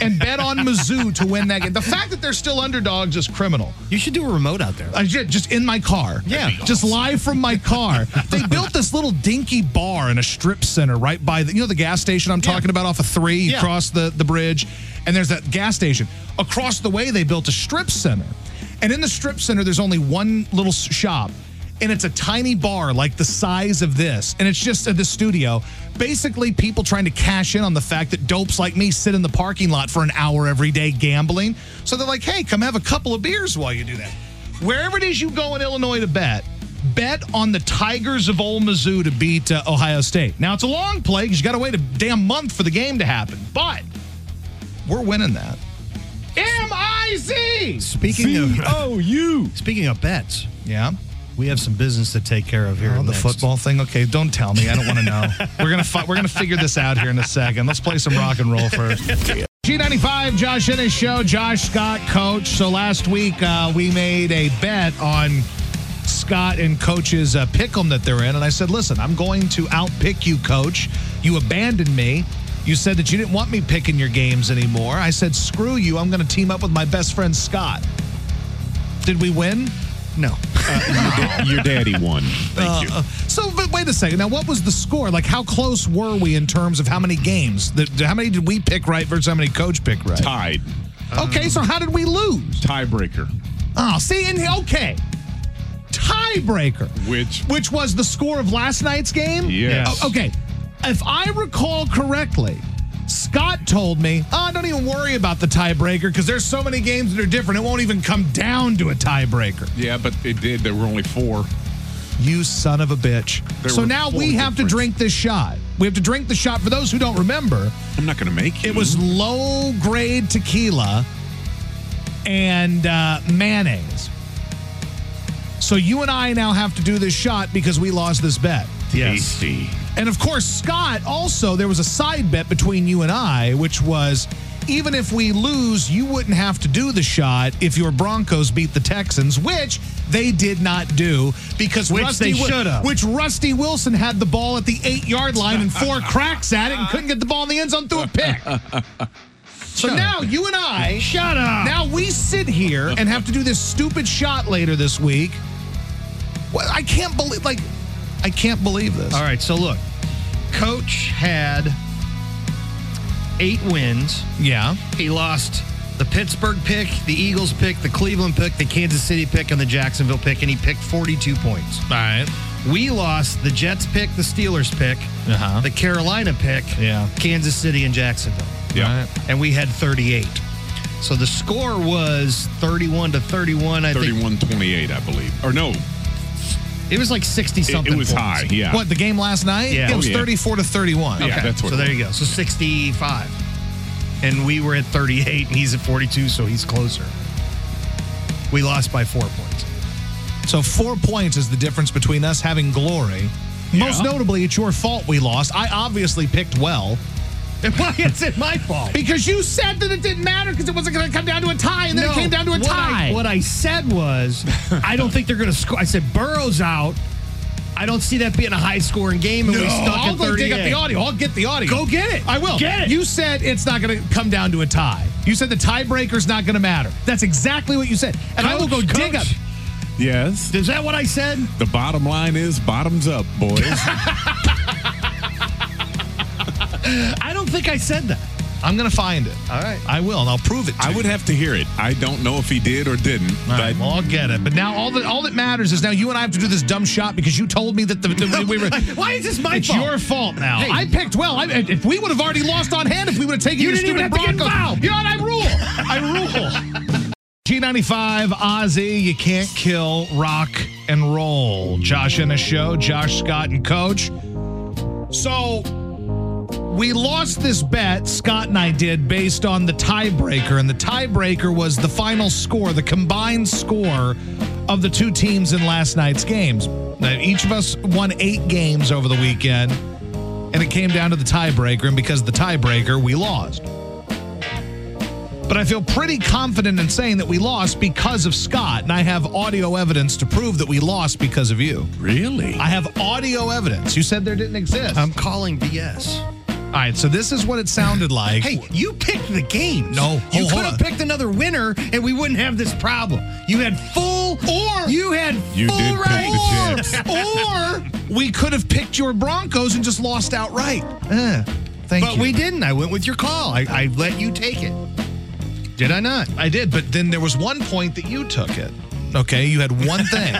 Speaker 1: and bet on Mizzou to win that game. The fact that they're still underdogs is criminal.
Speaker 2: You should do a remote out there.
Speaker 1: I ju- just in my car. Yeah. Just live from my car. they built this little dinky bar in a strip center right by the you know the gas station I'm talking about off of three. You
Speaker 2: Yeah.
Speaker 1: cross the, the bridge and there's that gas station. Across the way they built a strip center. And in the strip center there's only one little s- shop. And it's a tiny bar like the size of this. And it's just at the studio. Basically, people trying to cash in on the fact that dopes like me sit in the parking lot for an hour every day gambling. So they're like, hey, come have a couple of beers while you do that wherever it is you go in Illinois to bet, bet on the Tigers of Ole Mizzou to beat uh, Ohio State. Now it's a long play because you got to wait a damn month for the game to happen, but we're winning that. M I Z.
Speaker 2: Speaking of
Speaker 3: Oh, you.
Speaker 2: speaking of bets,
Speaker 1: Yeah.
Speaker 2: we have some business to take care of here.
Speaker 1: Oh, the
Speaker 2: next.
Speaker 1: football thing. Okay, don't tell me. I don't want to know. we're gonna fi- we're gonna figure this out here in a second. Let's play some rock and roll first. G95, Josh in his show. Josh Scott, coach. So last week uh, we made a bet on Scott and coach's uh, pick 'em that they're in, and I said, "Listen, I'm going to outpick you, coach. You abandoned me." You said that you didn't want me picking your games anymore. I said, screw you. I'm going to team up with my best friend, Scott. Did we win?
Speaker 2: No,
Speaker 3: Your daddy won. Thank you.
Speaker 1: Uh, So, but wait a second. Now, what was the score? Like, how close were we in terms of how many games? The, how many did we pick right versus how many coach picked right?
Speaker 3: Tied.
Speaker 1: okay, so how did we lose?
Speaker 3: Tiebreaker.
Speaker 1: Oh, see, and okay, tiebreaker,
Speaker 3: Which-
Speaker 1: which was the score of last night's game.
Speaker 3: Yes.
Speaker 1: O- Okay, if I recall correctly. Scott told me, oh, don't even worry about the tiebreaker because there's so many games that are different. It won't even come down to a tiebreaker.
Speaker 3: Yeah, but it did. There were only four.
Speaker 1: You son of a bitch.
Speaker 3: There
Speaker 1: so
Speaker 3: were
Speaker 1: now
Speaker 3: four
Speaker 1: we have to
Speaker 3: different-
Speaker 1: drink this shot. We have to drink the shot. For those who don't remember,
Speaker 3: I'm not going to make
Speaker 1: it was low grade tequila and uh, mayonnaise. So you and I now have to do this shot because we lost this bet.
Speaker 2: yes.
Speaker 3: tasty.
Speaker 1: And of course, Scott, also, there was a side bet between you and I, which was even if we lose, you wouldn't have to do the shot if your Broncos beat the Texans, which they did not do because
Speaker 2: Which
Speaker 1: Rusty,
Speaker 2: they
Speaker 1: Wi-
Speaker 2: should've.
Speaker 1: which Rusty Wilson had the ball at the eight yard line and four cracks at it and couldn't get the ball in the end zone through a pick. So now you and I
Speaker 2: Shut up.
Speaker 1: now we sit here and have to do this stupid shot later this week. Well, I can't believe like I can't believe this.
Speaker 2: All right, so look, Coach had eight wins.
Speaker 1: Yeah.
Speaker 2: He lost the Pittsburgh pick, the Eagles pick, the Cleveland pick, the Kansas City pick, and the Jacksonville pick, and he picked 42 points.
Speaker 1: All right.
Speaker 2: We lost the Jets pick, the Steelers pick,
Speaker 1: Uh-huh.
Speaker 2: the Carolina pick,
Speaker 1: Yeah.
Speaker 2: Kansas City, and Jacksonville.
Speaker 3: Yeah.
Speaker 2: And we had 38. So the score was 31 to 31. I think
Speaker 3: 31 28, I believe. Or no,
Speaker 2: it was like 60
Speaker 3: it,
Speaker 2: something.
Speaker 3: it was
Speaker 2: points.
Speaker 3: high. Yeah.
Speaker 1: What the game last night?
Speaker 2: Yeah.
Speaker 1: it was
Speaker 3: Oh, yeah.
Speaker 1: 34 to 31.
Speaker 3: Yeah,
Speaker 2: Okay,
Speaker 3: that's what
Speaker 2: so
Speaker 3: it
Speaker 2: there you go. So 65. And we were at 38 and he's at 42, so he's closer. We lost by four points.
Speaker 1: So four points is the difference between us having glory. Most notably, it's your fault we lost. I obviously picked well
Speaker 2: Why is it my fault?
Speaker 1: because you said that it didn't matter because it wasn't going to come down to a tie, and then it came down to a
Speaker 2: what
Speaker 1: tie.
Speaker 2: I, what I said was, I don't think they're going to score. I said Burrow's out. I don't see that being a high scoring game, and we
Speaker 1: No,
Speaker 2: stuck
Speaker 1: I'll
Speaker 2: at
Speaker 1: go
Speaker 2: 38.
Speaker 1: dig up the audio. I'll get the audio.
Speaker 2: Go get it.
Speaker 1: I will.
Speaker 2: Get it.
Speaker 1: You said it's not going to come down to a tie. You said the tiebreaker's not going to matter. That's exactly what you said. And I will go
Speaker 2: Coach,
Speaker 1: dig up.
Speaker 2: coach,
Speaker 3: yes.
Speaker 2: Is that what I said?
Speaker 3: The bottom line is bottoms up, boys.
Speaker 2: I don't think I said that.
Speaker 1: I'm going to find it.
Speaker 2: All right.
Speaker 1: I will, and I'll prove it. To
Speaker 3: I
Speaker 1: you.
Speaker 3: would have to hear it. I don't know if he did or didn't.
Speaker 1: All
Speaker 3: but
Speaker 1: right, well, I'll get it. But now all that all that matters is now you and I have to do this dumb shot because you told me that the, the we were.
Speaker 2: Why is this my
Speaker 1: it's
Speaker 2: fault?
Speaker 1: your fault now.
Speaker 2: Hey.
Speaker 1: I picked well. I, if we would have already lost on hand, if we would have taken
Speaker 2: You
Speaker 1: your
Speaker 2: didn't even
Speaker 1: stupid
Speaker 2: have to get
Speaker 1: Broncos,
Speaker 2: fouled.
Speaker 1: you know what? I rule. I rule. G95 Ozzy, you can't kill rock and roll. Josh in the show, Josh Scott and Coach. So we lost this bet, Scott and I did, based on the tiebreaker. And the tiebreaker was the final score, the combined score of the two teams in last night's games. Now, each of us won eight games over the weekend, and it came down to the tiebreaker. And because of the tiebreaker, we lost. But I feel pretty confident in saying that we lost because of Scott, and I have audio evidence to prove that we lost because of you.
Speaker 3: really?
Speaker 1: I have audio evidence. You said there didn't exist.
Speaker 2: I'm calling BS.
Speaker 1: All right, so this is what it sounded like.
Speaker 2: Hey, you picked the games.
Speaker 1: No,
Speaker 2: you
Speaker 1: hold- hold
Speaker 2: could have
Speaker 1: on.
Speaker 2: picked another winner, and we wouldn't have this problem. You had full or you had
Speaker 3: You
Speaker 2: full
Speaker 3: did pick
Speaker 2: right.
Speaker 3: the Jets.
Speaker 1: or we could have picked your Broncos and just lost outright. Uh, thank
Speaker 2: But
Speaker 1: you.
Speaker 2: we didn't. I went with your call. I, I let you take it. Did I not?
Speaker 1: I did, but then there was one point that you took it. Okay, you had one thing,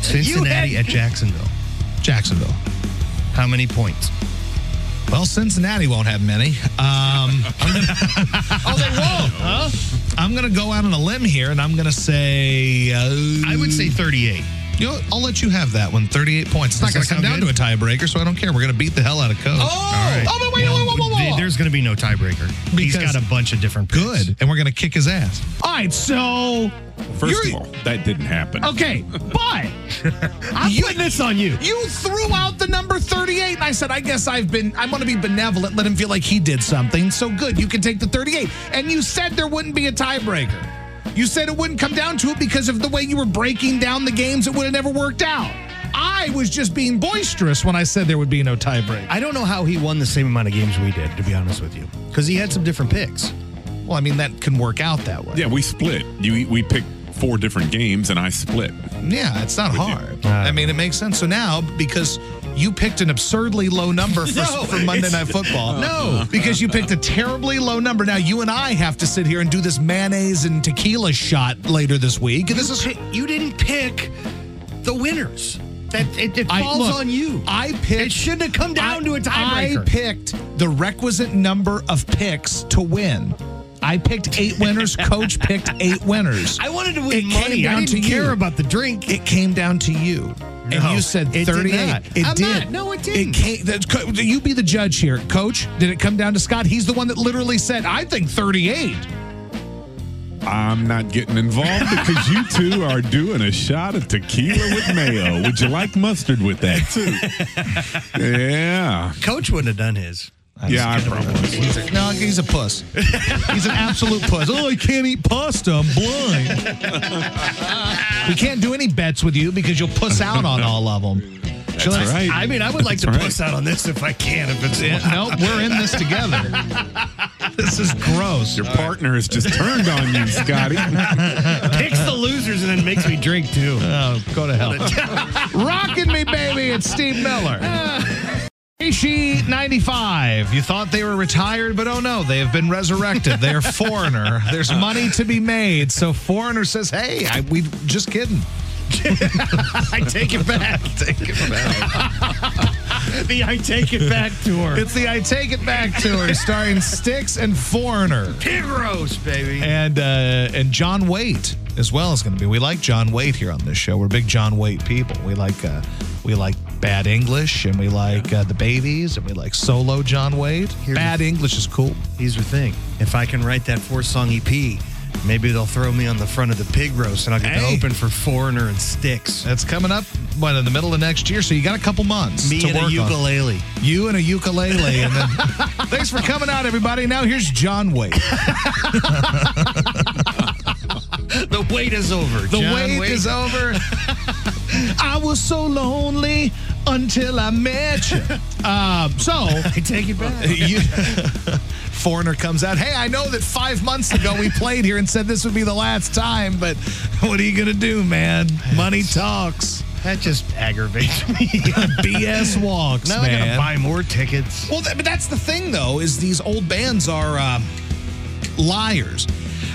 Speaker 2: Cincinnati at Jacksonville.
Speaker 1: Jacksonville.
Speaker 2: How many points?
Speaker 1: Well, Cincinnati won't have many. Um, oh, they won't. Huh? I'm going to go out on a limb here, and I'm going to say uh,
Speaker 2: I would say 38.
Speaker 1: you know, I'll let you have that one. 38 points. It's not going
Speaker 2: Does
Speaker 1: to
Speaker 2: that
Speaker 1: come down
Speaker 2: sound
Speaker 1: to a tiebreaker, so I don't care. We're going to beat the hell out of Coach.
Speaker 2: All right.
Speaker 1: oh, but wait, whoa, whoa, whoa, whoa, whoa.
Speaker 2: There's going to be no tiebreaker. He's
Speaker 1: Because-
Speaker 2: got a bunch of different picks.
Speaker 1: good, and we're going to kick his ass. All right, so
Speaker 3: First
Speaker 1: You're-
Speaker 3: of all, e- that didn't happen.
Speaker 1: Okay, but
Speaker 2: I'm putting this on you.
Speaker 1: you threw out the number 38, and I said, I guess I've been, I'm going to be benevolent, let him feel like he did something. So good, you can take the 38. And you said there wouldn't be a tiebreaker. You said it wouldn't come down to it because of the way you were breaking down the games, it would have never worked out. I was just being boisterous when I said there would be no tiebreaker.
Speaker 2: I don't know how he won the same amount of games we did, to be honest with you, because he had some different picks.
Speaker 1: Well, I mean, that can work out that way.
Speaker 3: Yeah, we split. You we picked four different games, and I split.
Speaker 1: Yeah, it's not hard.
Speaker 2: Uh,
Speaker 1: I mean, it makes sense. So now, because you picked an absurdly low number for, for Monday Night Football. No, because you picked a terribly low number. Now you and I have to sit here and do this mayonnaise and tequila shot later this week. And this is
Speaker 2: You didn't pick the winners. That it, it
Speaker 1: I-
Speaker 2: falls
Speaker 1: look,
Speaker 2: on you.
Speaker 1: I picked.
Speaker 2: It shouldn't have come down
Speaker 1: I-
Speaker 2: to a tiebreaker.
Speaker 1: I picked the requisite number of picks to win. I picked eight winners. Coach picked eight winners.
Speaker 2: I wanted to
Speaker 1: It
Speaker 2: win
Speaker 1: came
Speaker 2: money. I
Speaker 1: down
Speaker 2: didn't
Speaker 1: to you.
Speaker 2: care about the drink.
Speaker 1: It came down to you.
Speaker 2: No,
Speaker 1: and you said
Speaker 2: it did
Speaker 1: 38.
Speaker 2: not. I'm not. No, it didn't.
Speaker 1: It came, that's co- you be the judge here. Coach, did it come down to Scott? He's the one that literally said, I think 38.
Speaker 3: I'm not getting involved because you two are doing a shot of tequila with mayo. Would you like mustard with that too? Yeah,
Speaker 2: Coach wouldn't have done his.
Speaker 3: yeah, I probably. would.
Speaker 1: No, he's a puss. he's an absolute puss. Oh, I can't eat pasta. I'm blind. we can't do any bets with you because you'll puss out on all of them. That's
Speaker 3: right.
Speaker 2: I mean, I would like to
Speaker 3: That's right.
Speaker 2: puss out on this if I can. If it's
Speaker 1: No, we're in this together. this is gross.
Speaker 3: Your partner has just turned on you, Scotty.
Speaker 2: picks the losers and then makes me drink too.
Speaker 1: Oh, go to hell. Rockin' me, baby. It's Steve Miller. Rishi 95. You thought they were retired, but oh no, they have been resurrected. They're foreigner. There's money to be made. So foreigner says, hey, I, we just kidding.
Speaker 2: I take it back. take it back. the I take it back tour.
Speaker 1: It's the I Take It Back tour starring Sticks and Foreigner.
Speaker 2: pig roast, baby.
Speaker 1: And uh, and John Waite as well is going to be. We like John Waite here on this show. We're big John Waite people. We like uh, we like Bad English and we like uh, the Babies and we like solo John Waite.
Speaker 2: Here's-
Speaker 1: Bad English is cool.
Speaker 2: Here's the thing: if I can write that four-song EP, maybe they'll throw me on the front of the pig roast, and I'll get
Speaker 1: Hey.
Speaker 2: to open for Foreigner and Sticks.
Speaker 1: That's coming up what, in the middle of next year, so you got a couple months
Speaker 2: Me
Speaker 1: to
Speaker 2: and
Speaker 1: work
Speaker 2: a
Speaker 1: on. it.
Speaker 2: ukulele.
Speaker 1: You and a ukulele. And then, thanks for coming out, everybody. Now here's John Waite.
Speaker 2: The wait is over.
Speaker 1: The wait, is over. I was so lonely until I met you. Um, so.
Speaker 2: I take it back.
Speaker 1: you, foreigner comes out. Hey, I know that five months ago we played here and said this would be the last time, but what are you gonna do, man? Money talks.
Speaker 2: That just aggravates me.
Speaker 8: BS walks,
Speaker 2: now I
Speaker 8: man.
Speaker 2: gotta buy more tickets.
Speaker 1: Well, that, but that's the thing, though, is these old bands are um, liars.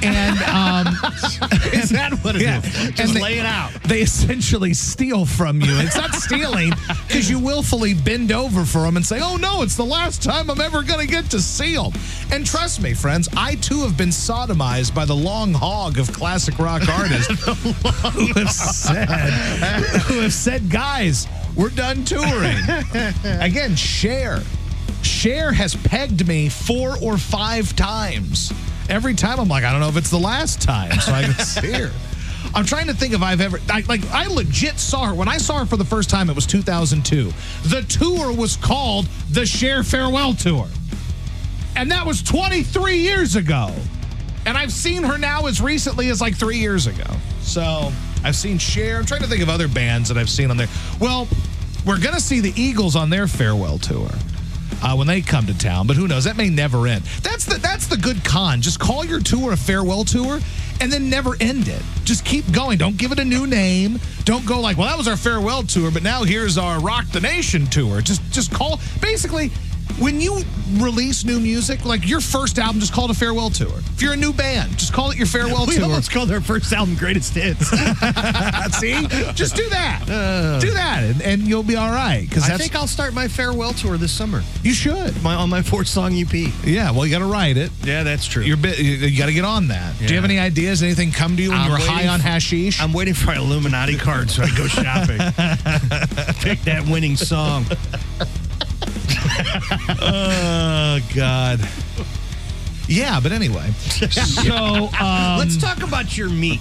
Speaker 1: And um,
Speaker 2: Is that what it is?
Speaker 1: yeah.
Speaker 2: Just
Speaker 1: And they-
Speaker 2: lay it out.
Speaker 1: they essentially steal from you. It's not stealing because you willfully bend over for them and say, oh no, it's the last time I'm ever going to get to see them. And trust me, friends, I too have been sodomized by the long hog of classic rock artists who have said, who have said, guys, we're done touring. Again, share. Cher has pegged me four or five times. Every time I'm like, I don't know if it's the last time, so I can see her. I'm trying to think if I've ever I, like I legit saw her when I saw her for the first time. It was 2002. The tour was called the Cher Farewell Tour, and that was 23 years ago. And I've seen her now as recently as like three years ago. So I've seen Cher. I'm trying to think of other bands that I've seen on there. Well, we're gonna see the Eagles on their farewell tour uh, when they come to town. But who knows? That may never end. That's the that's the good con. Just call your tour a farewell tour, and then never end it. Just keep going. Don't give it a new name. Don't go like, well, that was our farewell tour, but now here's our Rock the Nation tour. Just just call. Basically, when you release new music, like your first album, just call it a farewell tour. If you're a new band, just call it your farewell
Speaker 2: we
Speaker 1: tour.
Speaker 2: almost called their first album Greatest Hits. Oh, I
Speaker 1: See, Uh. just do that. do that, and, and you'll be all right. Because that's
Speaker 2: think I'll start my farewell tour this summer.
Speaker 1: you should.
Speaker 2: My on my four song E EP.
Speaker 1: Yeah. Well, you got to write it.
Speaker 2: Yeah, that's true.
Speaker 1: You're bit, you, you got to get on that. Do you have any ideas? Anything come to you when
Speaker 2: I'm
Speaker 1: you were
Speaker 2: waiting
Speaker 1: high on
Speaker 2: for-
Speaker 1: hashish?
Speaker 2: I'm waiting for my Illuminati card so I go shopping. Pick that winning song.
Speaker 1: oh God. Yeah, but anyway. So um,
Speaker 2: Let's talk about your meat.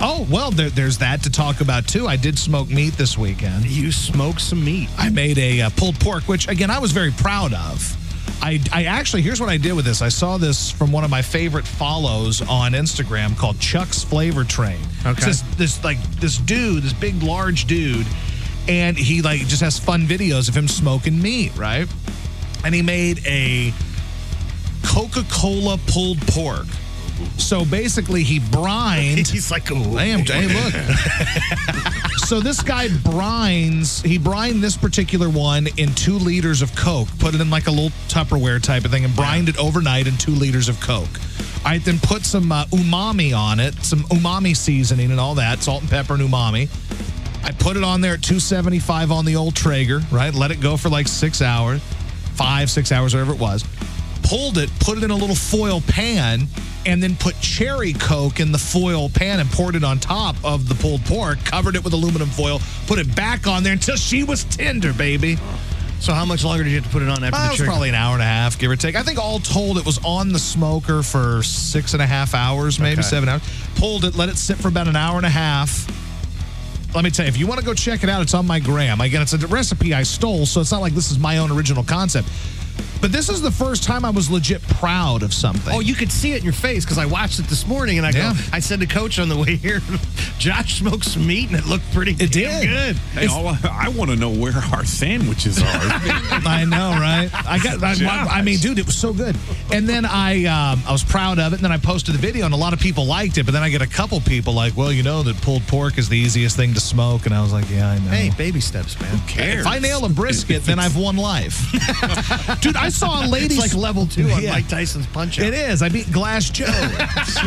Speaker 1: Oh well, there, there's that to talk about too. I did smoke meat this weekend.
Speaker 2: you smoke some meat.
Speaker 1: I made a uh, pulled pork, which again I was very proud of. I, I actually here's what I did with this. I saw this from one of my favorite follows on Instagram called Chuck's Flavor Train.
Speaker 2: Okay.
Speaker 1: It's this, this like this dude, this big large dude, and he like just has fun videos of him smoking meat, right? And he made a Coca-Cola pulled pork. So basically, he brined.
Speaker 2: He's like, oh,
Speaker 1: I am. Hey, look. so this guy brines. He brined this particular one in two liters of Coke. Put it in like a little Tupperware type of thing and brined it overnight in two liters of Coke. All right, then put some uh, umami on it, some umami seasoning and all that, salt and pepper and umami. I put it on there at 275 on the old Traeger, right? Let it go for like six hours, five, six hours, whatever it was. Pulled it, put it in a little foil pan, and then put cherry coke in the foil pan and poured it on top of the pulled pork, covered it with aluminum foil, put it back on there until she was tender, baby.
Speaker 2: So how much longer did you have to put it on after
Speaker 1: Uh,
Speaker 2: the
Speaker 1: it was
Speaker 2: trigger?
Speaker 1: probably an hour and a half, give or take. I think all told, it was on the smoker for six and a half hours, maybe seven hours. Pulled it, let it sit for about an hour and a half. Let me tell you, if you want to go check it out, it's on my gram. Again, it's a recipe I stole, so it's not like this is my own original concept. But this is the first time I was legit proud of something.
Speaker 2: Oh, you could see it in your face because I watched it this morning, and I
Speaker 1: Yeah.
Speaker 2: go, I said to Coach on the way here, Josh smoked some meat, and it looked pretty.
Speaker 1: It
Speaker 2: damn
Speaker 1: did.
Speaker 2: good.
Speaker 3: Hey, all I, I want to know where our sandwiches are.
Speaker 1: I know, right? I got. I, I mean, dude, it was so good. And then I, um, I was proud of it. And then I posted the video, and a lot of people liked it. But then I get a couple people like, well, you know, that pulled pork is the easiest thing to smoke. And I was like, yeah, I know.
Speaker 2: Hey, baby steps, man.
Speaker 3: cares?
Speaker 1: If I nail a brisket, then I've won life. Dude, I saw a lady.
Speaker 2: It's like level two on
Speaker 1: Yeah.
Speaker 2: Mike Tyson's punch.
Speaker 1: It is. I beat Glass Joe.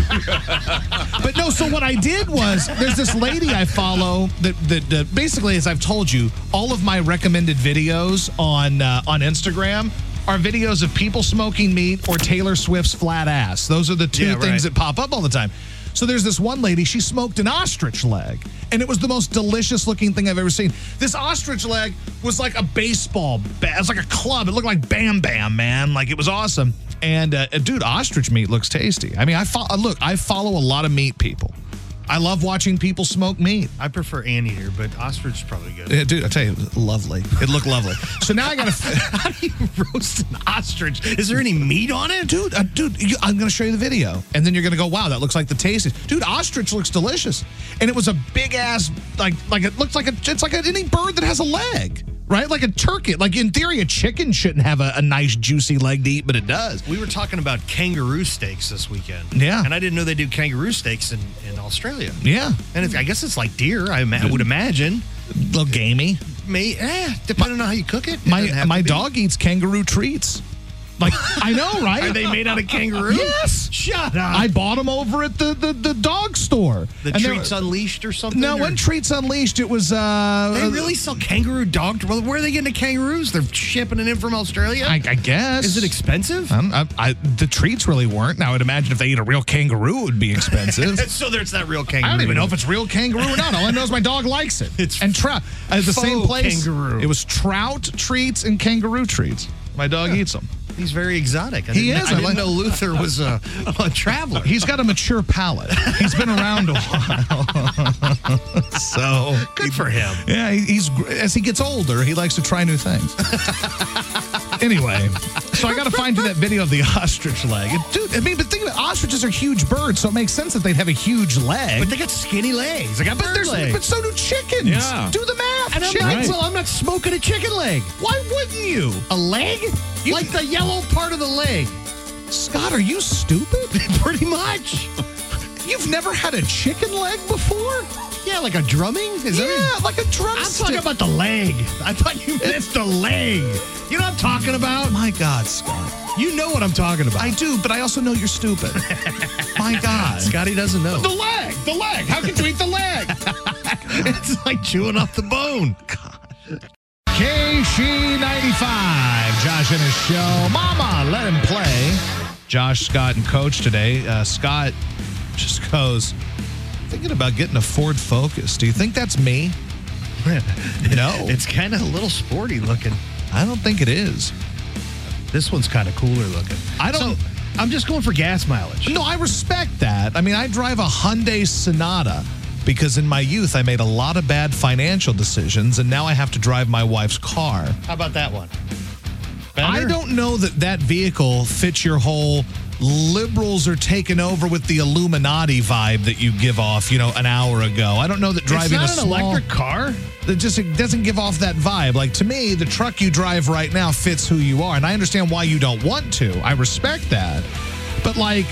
Speaker 1: but no, so what I did was there's this lady I follow that, that, that basically, as I've told you, all of my recommended videos on uh, on Instagram are videos of people smoking meat or Taylor Swift's flat ass. Those are the two
Speaker 2: Yeah, right.
Speaker 1: things that pop up all the time. So there's this one lady, she smoked an ostrich leg, and it was the most delicious looking thing I've ever seen. This ostrich leg was like a baseball bat, it was like a club. It looked like Bam Bam, man. Like it was awesome. And uh, dude, ostrich meat looks tasty. I mean, I fo- uh, look, I follow a lot of meat people. I love watching people smoke meat.
Speaker 2: I prefer anteater, but ostrich is probably good.
Speaker 1: Yeah, dude, I tell you, lovely. It looked lovely. so now I gotta.
Speaker 2: How do you roast an ostrich? Is there any meat on it?
Speaker 1: dude, uh, dude, you, I'm going to show you the video, and then you're going to go, wow, that looks like the tastiest. Dude, ostrich looks delicious, and it was a big ass, like, like it looks like a, it's like a, any bird that has a leg, right? Like a turkey. Like in theory, a chicken shouldn't have a, a nice juicy leg to eat, but it does.
Speaker 2: We were talking about kangaroo steaks this weekend.
Speaker 1: Yeah.
Speaker 2: And I didn't know they do kangaroo steaks in, in Australia.
Speaker 1: Yeah,
Speaker 2: And it's, I guess it's like deer, I, ima- would imagine.
Speaker 1: little gamey.
Speaker 2: May, eh, depending on how you cook it. it doesn't
Speaker 1: My
Speaker 2: have
Speaker 1: my
Speaker 2: to be-
Speaker 1: dog eats kangaroo treats. Like I know, right?
Speaker 2: Are they made out of kangaroo?
Speaker 1: Yes.
Speaker 2: Shut up.
Speaker 1: I bought them over at the the, the dog store.
Speaker 2: the
Speaker 1: And they
Speaker 2: treats
Speaker 1: were-
Speaker 2: unleashed or something?
Speaker 1: No,
Speaker 2: or-
Speaker 1: when treats unleashed, it was. uh
Speaker 2: They really sell kangaroo dog. Well, where are they getting the kangaroos? They're shipping it in from Australia.
Speaker 1: I, I guess.
Speaker 2: Is it expensive?
Speaker 1: Um, I, I, the treats really weren't. Now, I'd imagine if they eat a real kangaroo, it would be expensive.
Speaker 2: so there's that real kangaroo.
Speaker 1: I don't even know if it's real kangaroo or not. All I know is my dog likes it.
Speaker 2: It's
Speaker 1: and trout. At the
Speaker 2: faux
Speaker 1: same place,
Speaker 2: kangaroo.
Speaker 1: it was trout treats and kangaroo treats. My dog eats them.
Speaker 2: He's very exotic. I
Speaker 1: He
Speaker 2: didn't-
Speaker 1: is.
Speaker 2: I
Speaker 1: I
Speaker 2: didn't
Speaker 1: like-
Speaker 2: know Luther was a, a traveler.
Speaker 1: He's got a mature palate. He's been around a while. so
Speaker 2: good for him.
Speaker 1: Yeah, he- he's gr- as he gets older, he likes to try new things. anyway, so I got to find you that video of the ostrich leg, And dude. I mean, but think about it, ostriches are huge birds, so it makes sense that they'd have a huge leg.
Speaker 2: But they got skinny legs. They got
Speaker 1: But
Speaker 2: bird
Speaker 1: there's
Speaker 2: legs.
Speaker 1: but so do chickens.
Speaker 3: Yeah.
Speaker 1: Do the math.
Speaker 2: and I'm
Speaker 1: Chick-
Speaker 2: like, well, I'm not smoking a chicken leg.
Speaker 1: Why wouldn't you?
Speaker 2: A leg? like the yellow part of the leg.
Speaker 1: Scott, are you stupid?
Speaker 2: Pretty much.
Speaker 1: You've never had a chicken leg before?
Speaker 2: Yeah, like a drumming? Is
Speaker 1: yeah,
Speaker 2: that it?
Speaker 1: like a
Speaker 2: I'm
Speaker 1: drumstick.
Speaker 2: talking about the leg. I thought you meant the leg. You know what I'm talking about?
Speaker 1: My God, Scott.
Speaker 2: You know what I'm talking about.
Speaker 1: I do, but I also know you're stupid. My God.
Speaker 2: Scotty doesn't know.
Speaker 1: leg, the leg. How could you eat the leg?
Speaker 2: it's like chewing off the bone.
Speaker 1: KC95, Josh and his show. Mama, let him play. Josh, Scott, and Coach today. Uh, Scott just goes, thinking about getting a Ford Focus. Do you think that's me? no,
Speaker 2: It's kind of a little sporty looking.
Speaker 1: I don't think it is.
Speaker 2: This one's kind of cooler looking.
Speaker 1: I don't-
Speaker 2: So, I'm just going for gas mileage.
Speaker 1: No, I respect that. I mean, I drive a Hyundai Sonata because in my youth I made a lot of bad financial decisions, and now I have to drive my wife's car.
Speaker 2: How about that one?
Speaker 1: I don't know that that vehicle fits your whole liberals are taking over with the Illuminati vibe that you give off, you know, an hour ago. I don't know that driving
Speaker 2: it's not
Speaker 1: a
Speaker 2: an
Speaker 1: small,
Speaker 2: electric car.
Speaker 1: It just it doesn't give off that vibe. Like to me, the truck you drive right now fits who you are, and I understand why you don't want to. I respect that, but like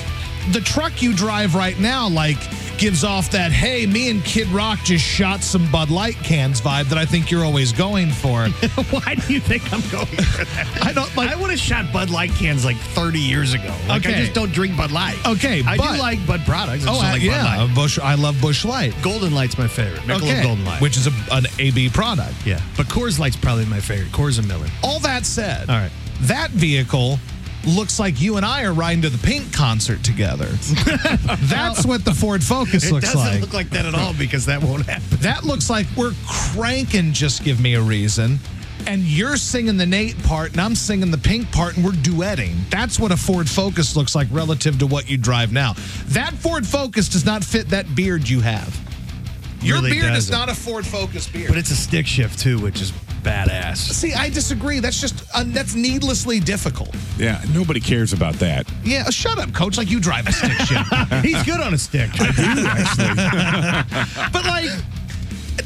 Speaker 1: the truck you drive right now, like gives off that hey, me and Kid Rock just shot some Bud Light cans vibe that I think you're always going for. Oh,
Speaker 2: Why do you think I'm going for that?
Speaker 1: I don't like.
Speaker 2: I would have shot Bud Light cans like 30 years ago. Like I
Speaker 1: Okay.
Speaker 2: just don't drink Bud Light.
Speaker 1: Okay,
Speaker 2: I
Speaker 1: but-
Speaker 2: do like Bud products. I
Speaker 1: Oh
Speaker 2: just don't
Speaker 1: I-
Speaker 2: like Bud
Speaker 1: yeah,
Speaker 2: Light.
Speaker 1: Bush. I love Bush Light.
Speaker 2: Golden Light's my favorite. Michelob Golden Light.
Speaker 1: which is a, an AB product.
Speaker 2: yeah, but Coors Light's probably my favorite. Coors and Miller.
Speaker 1: All that said,
Speaker 2: All right.
Speaker 1: that vehicle looks like you and I are riding to the Pink concert together. That's what the Ford Focus
Speaker 2: It
Speaker 1: looks
Speaker 2: doesn't
Speaker 1: like.
Speaker 2: look like that at all because that won't happen.
Speaker 1: that looks like we're cranking. Just give me a reason. And you're singing the Nate part, and I'm singing the Pink part, and we're duetting. That's what a Ford Focus looks like relative to what you drive now. That Ford Focus does not fit that beard you have. Your
Speaker 2: Really
Speaker 1: beard is
Speaker 2: doesn't.
Speaker 1: not a Ford Focus beard.
Speaker 2: But it's a stick shift too, which is badass.
Speaker 1: See, I disagree. That's just uh, that's needlessly difficult.
Speaker 3: Yeah, nobody cares about that.
Speaker 1: Yeah, uh, shut up, coach. Like you drive a stick shift,
Speaker 2: He's good on a stick.
Speaker 1: but like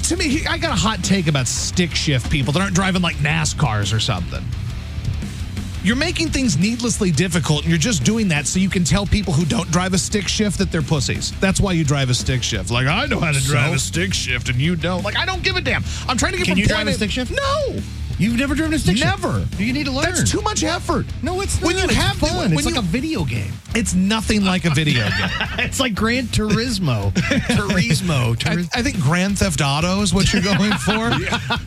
Speaker 1: to me, he- I got a hot take about stick shift people that aren't driving like NASCARs or something. You're making things needlessly difficult, and you're just doing that so you can tell people who don't drive a stick shift that they're pussies. That's why you drive a stick shift. Like I know how to drive
Speaker 2: So?
Speaker 1: a stick shift, and you don't. Like I don't give a damn. I'm trying to get
Speaker 2: Can
Speaker 1: from
Speaker 2: you
Speaker 1: point
Speaker 2: drive a stick shift?
Speaker 1: No.
Speaker 2: You've never driven a stick shift.
Speaker 1: Never.
Speaker 2: You need to learn.
Speaker 1: That's too much effort.
Speaker 2: No, it's not.
Speaker 1: When you
Speaker 2: It's
Speaker 1: have the-
Speaker 2: fun.
Speaker 1: when
Speaker 2: It's like
Speaker 1: you-
Speaker 2: a video game.
Speaker 1: It's nothing like a video game.
Speaker 2: It's like Gran Turismo. Turismo.
Speaker 1: I,
Speaker 2: Turi-
Speaker 1: I think Grand Theft Auto is what you're going for.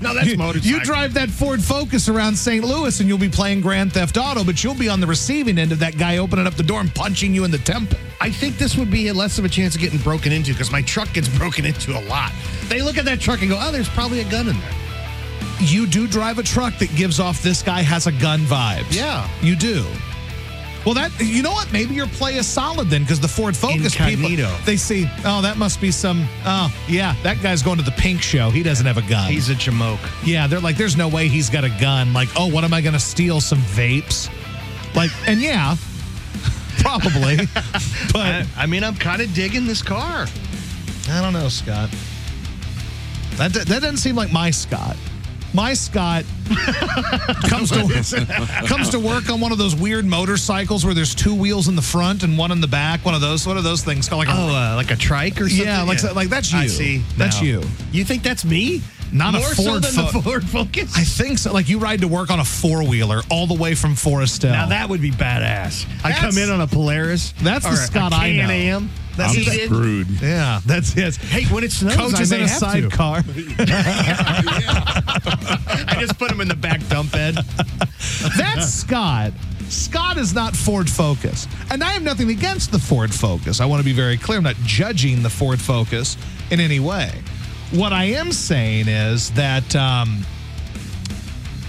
Speaker 2: no, that's
Speaker 1: You-
Speaker 2: motorcycle.
Speaker 1: You drive that Ford Focus around St. Louis and you'll be playing Grand Theft Auto, but you'll be on the receiving end of that guy opening up the door and punching you in the temple.
Speaker 2: I think this would be less of a chance of getting broken into because my truck gets broken into a lot. They look at that truck and go, "Oh, there's probably a gun in there."
Speaker 1: You do drive a truck that gives off this guy has a gun vibes.
Speaker 2: Yeah.
Speaker 1: You do. Well, that you know what? Maybe your play is solid then, because the Ford Focus
Speaker 2: Incognito.
Speaker 1: people they see. Oh, that must be some. Oh, yeah, that guy's going to the Pink show. He doesn't have a gun.
Speaker 2: He's a jamoke.
Speaker 1: Yeah, they're like, there's no way he's got a gun. Like, oh, what am I going to steal? Some vapes? Like, and yeah, probably. but
Speaker 2: I, I mean, I'm kind of digging this car.
Speaker 1: I don't know, Scott. That, that doesn't seem like my Scott. My Scott comes to comes to work on one of those weird motorcycles where there's two wheels in the front and one in the back. One of those. One of those things called like a
Speaker 2: Oh, uh, like a trike or something?
Speaker 1: Yeah, like so- like that's you.
Speaker 2: I see.
Speaker 1: That's you.
Speaker 2: You think that's me?
Speaker 1: Not a
Speaker 2: More
Speaker 1: Ford
Speaker 2: so than
Speaker 1: Fo-
Speaker 2: the Ford Focus?
Speaker 1: I think so. Like you ride to work on a four wheeler all the way from Forestell.
Speaker 2: now that would be badass. I
Speaker 1: That's-
Speaker 2: come in on a Polaris.
Speaker 1: that's the
Speaker 2: or a-
Speaker 1: Scott
Speaker 2: a
Speaker 1: I know.
Speaker 2: Can-Am. That's
Speaker 3: I'm
Speaker 2: it.
Speaker 3: screwed.
Speaker 1: yeah, that's yes.
Speaker 2: Hey, when it snows,
Speaker 1: Coach
Speaker 2: I
Speaker 1: is
Speaker 2: may
Speaker 1: in a
Speaker 2: have to.
Speaker 1: sidecar.
Speaker 2: I just put him in the back dump bed.
Speaker 1: That's Scott. Scott is not Ford Focus. And I have nothing against the Ford Focus. I want to be very clear. I'm not judging the Ford Focus in any way. What I am saying is that um,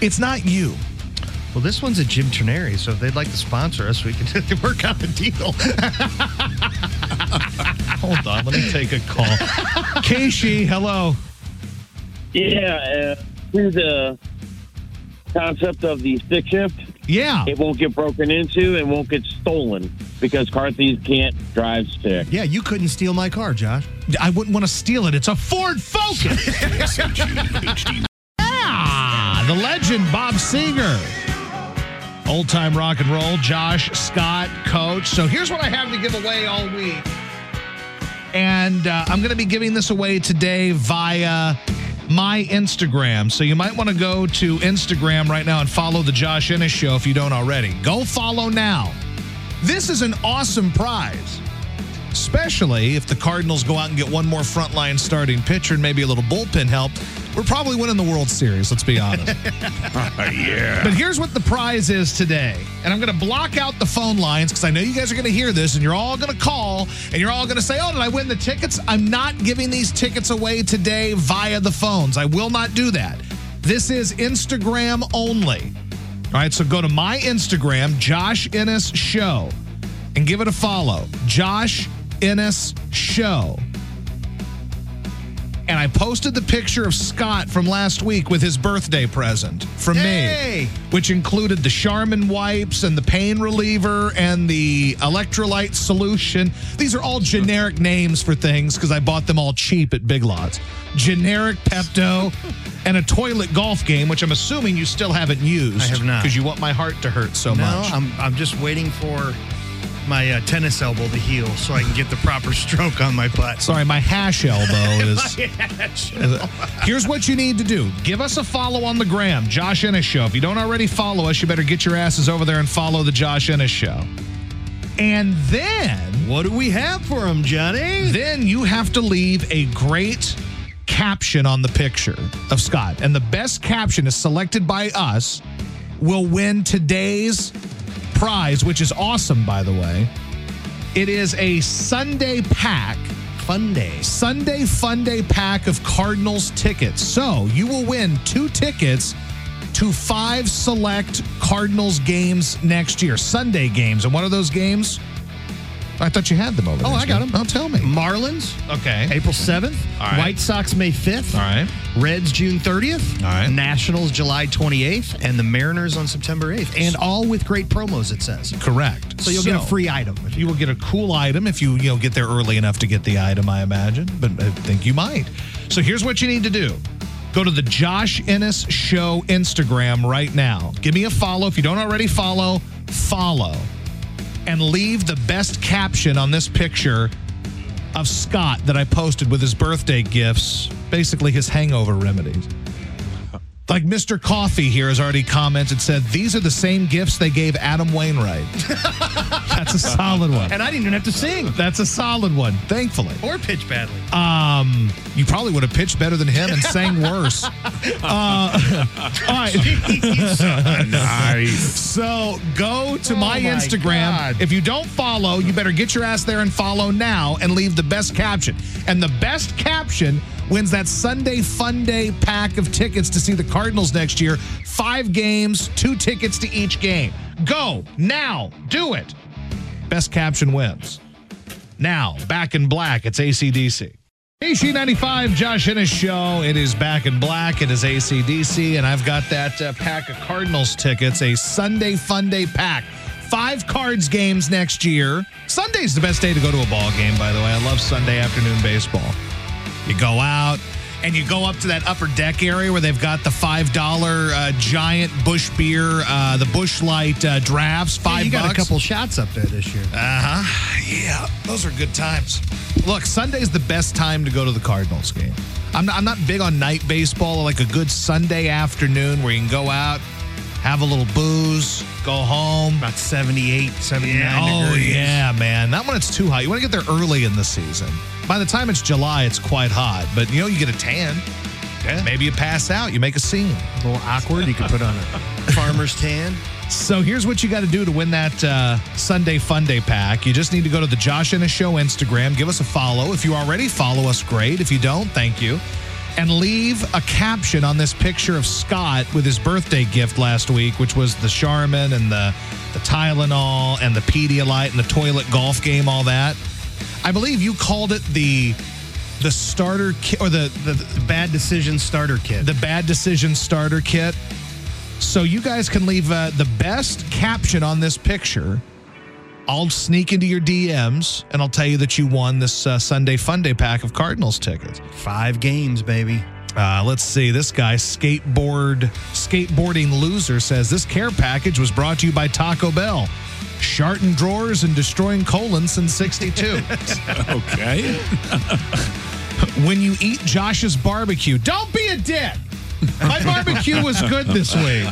Speaker 1: it's not you.
Speaker 2: Well, this one's a Jim Ternary, so if they'd like to sponsor us, we can work out a deal.
Speaker 1: Hold on. Let me take a call. Keishi, hello.
Speaker 9: Yeah, uh, through the concept of the stick shift,
Speaker 1: Yeah.
Speaker 9: it won't get broken into and won't get stolen because car thieves can't drive stick.
Speaker 2: yeah, you couldn't steal my car, Josh.
Speaker 1: I wouldn't want to steal it. It's a Ford Focus. yeah, Ah, the legend Bob Seger. Old time rock and roll, Josh Scott, coach. So here's what I have to give away all week. And uh, I'm going to be giving this away today via my Instagram. So you might want to go to Instagram right now and follow the Josh Ennis Show if you don't already. Go follow now. This is an awesome prize especially if the Cardinals go out and get one more frontline starting pitcher and maybe a little bullpen help. We're probably winning the World Series, let's be honest. yeah. But here's what the prize is today. And I'm going to block out the phone lines because I know you guys are going to hear this and you're all going to call and you're all going to say, oh, did I win the tickets? I'm not giving these tickets away today via the phones. I will not do that. This is Instagram only. All right, so go to my Instagram, Josh Ennis Show and give it a follow. Josh Ennis Show. And I posted the picture of Scott from last week with his birthday present from
Speaker 2: Hey!
Speaker 1: me, which included the Charmin wipes and the pain reliever and the electrolyte solution. These are all generic names for things because I bought them all cheap at Big Lots. Generic Pepto and a toilet golf game, which I'm assuming you still haven't used.
Speaker 2: I have not.
Speaker 1: Because you want my heart to hurt so
Speaker 2: No,
Speaker 1: much.
Speaker 2: I'm, I'm just waiting for my uh, tennis elbow to heal so I can get the proper stroke on my butt.
Speaker 1: Sorry, my hash elbow is. Here's what you need to do give us a follow on the gram, Josh Ennis Show. If you don't already follow us, you better get your asses over there and follow the Josh Ennis Show. And then,
Speaker 2: What do we have for him, Johnny?
Speaker 1: then you have to leave a great caption on the picture of Scott. And the best caption is selected by us, will win today's prize, which is awesome, by the way. It is a Sunday pack
Speaker 2: Fun days.
Speaker 1: Sunday Fun Day pack of Cardinals tickets. So you will win two tickets to five select Cardinals games next year, Sunday games. And one of those games, I thought you had them over
Speaker 2: Oh,
Speaker 1: there,
Speaker 2: I got
Speaker 1: Steve.
Speaker 2: 'em.
Speaker 1: Oh, tell me.
Speaker 2: Marlins, uh,
Speaker 1: Okay.
Speaker 2: April 7th.
Speaker 1: All right.
Speaker 2: White Sox, May 5th.
Speaker 1: All right.
Speaker 2: Reds, June 30th.
Speaker 1: All right.
Speaker 2: Nationals, July 28th. And the Mariners on September 8th. And all with great promos, it says.
Speaker 1: Correct.
Speaker 2: So you'll get a free item. If
Speaker 1: You
Speaker 2: you
Speaker 1: will get a cool item if you you know get there early enough to get the item, I imagine. But I think you might. So here's what you need to do. Go to the Josh Ennis Show Instagram right now. Give me a follow. If you don't already follow, follow. And leave the best caption on this picture of Scott that I posted with his birthday gifts, basically his hangover remedies. Like Mr. Coffee here has already commented, said, these are the same gifts they gave Adam Wainwright. That's a solid one.
Speaker 2: and I didn't even have to sing
Speaker 1: That's a solid one, thankfully.
Speaker 2: or pitch badly.
Speaker 1: Um, you probably would have pitched better than him and sang worse. Uh, all right.
Speaker 3: Nice.
Speaker 1: So go to my,
Speaker 2: my
Speaker 1: Instagram.
Speaker 2: God.
Speaker 1: If you don't follow, you better get your ass there and follow now and leave the best caption. And the best caption wins that Sunday Fun Day pack of tickets to see the Cardinals next year. Five games, two tickets to each game. Go now. Do it. Best caption wins. Now, back in black, it's ACDC. AC95, Josh Ennis Show. It is back in black. It is ACDC, and I've got that uh, pack of Cardinals tickets, a Sunday Fun Day pack. Five Cards games next year. Sunday's the best day to go to a ball game, by the way. I love Sunday afternoon baseball. You go out, and you go up to that upper deck area where they've got the five dollar uh, giant Bush beer, uh, the Bush Light uh, drafts,
Speaker 2: Yeah,
Speaker 1: five
Speaker 2: you got
Speaker 1: bucks.
Speaker 2: a couple shots up there this year.
Speaker 1: Uh huh. Yeah, those are good times. Look, Sunday's the best time to go to the Cardinals game. I'm not, I'm not big on night baseball. I like a good Sunday afternoon where you can go out, have a little booze, go home.
Speaker 2: About 78, 79
Speaker 1: Yeah, oh
Speaker 2: degrees.
Speaker 1: yeah, man. Not when it's too hot. You want to get there early in the season. By the time it's July, it's quite hot. But you know, you get a tan.
Speaker 2: Yeah.
Speaker 1: Maybe you pass out. You make a scene.
Speaker 2: A little awkward. You could put on a farmer's tan.
Speaker 1: So here's what you got to do to win that uh, Sunday Fun Day pack. You just need to go to the Josh and a Show Instagram. Give us a follow. If you already follow us, great. If you don't, thank you. And leave a caption on this picture of Scott with his birthday gift last week, which was the Charmin and the, the Tylenol and the Pedialyte and the toilet golf game, all that. I believe you called it the the starter kit or the, the
Speaker 2: Bad decision starter kit.
Speaker 1: the bad decision starter kit. So you guys can leave uh, the best caption on this picture. I'll sneak into your DMs and I'll tell you that you won this uh, Sunday Fun Day pack of Cardinals tickets.
Speaker 2: Five games, baby.
Speaker 1: Uh, let's see. This guy, skateboard skateboarding loser, says this care package was brought to you by Taco Bell, sharting drawers and destroying colon since '62.
Speaker 3: Okay.
Speaker 1: when you eat Josh's barbecue. Don't be a dick. My barbecue was good this week.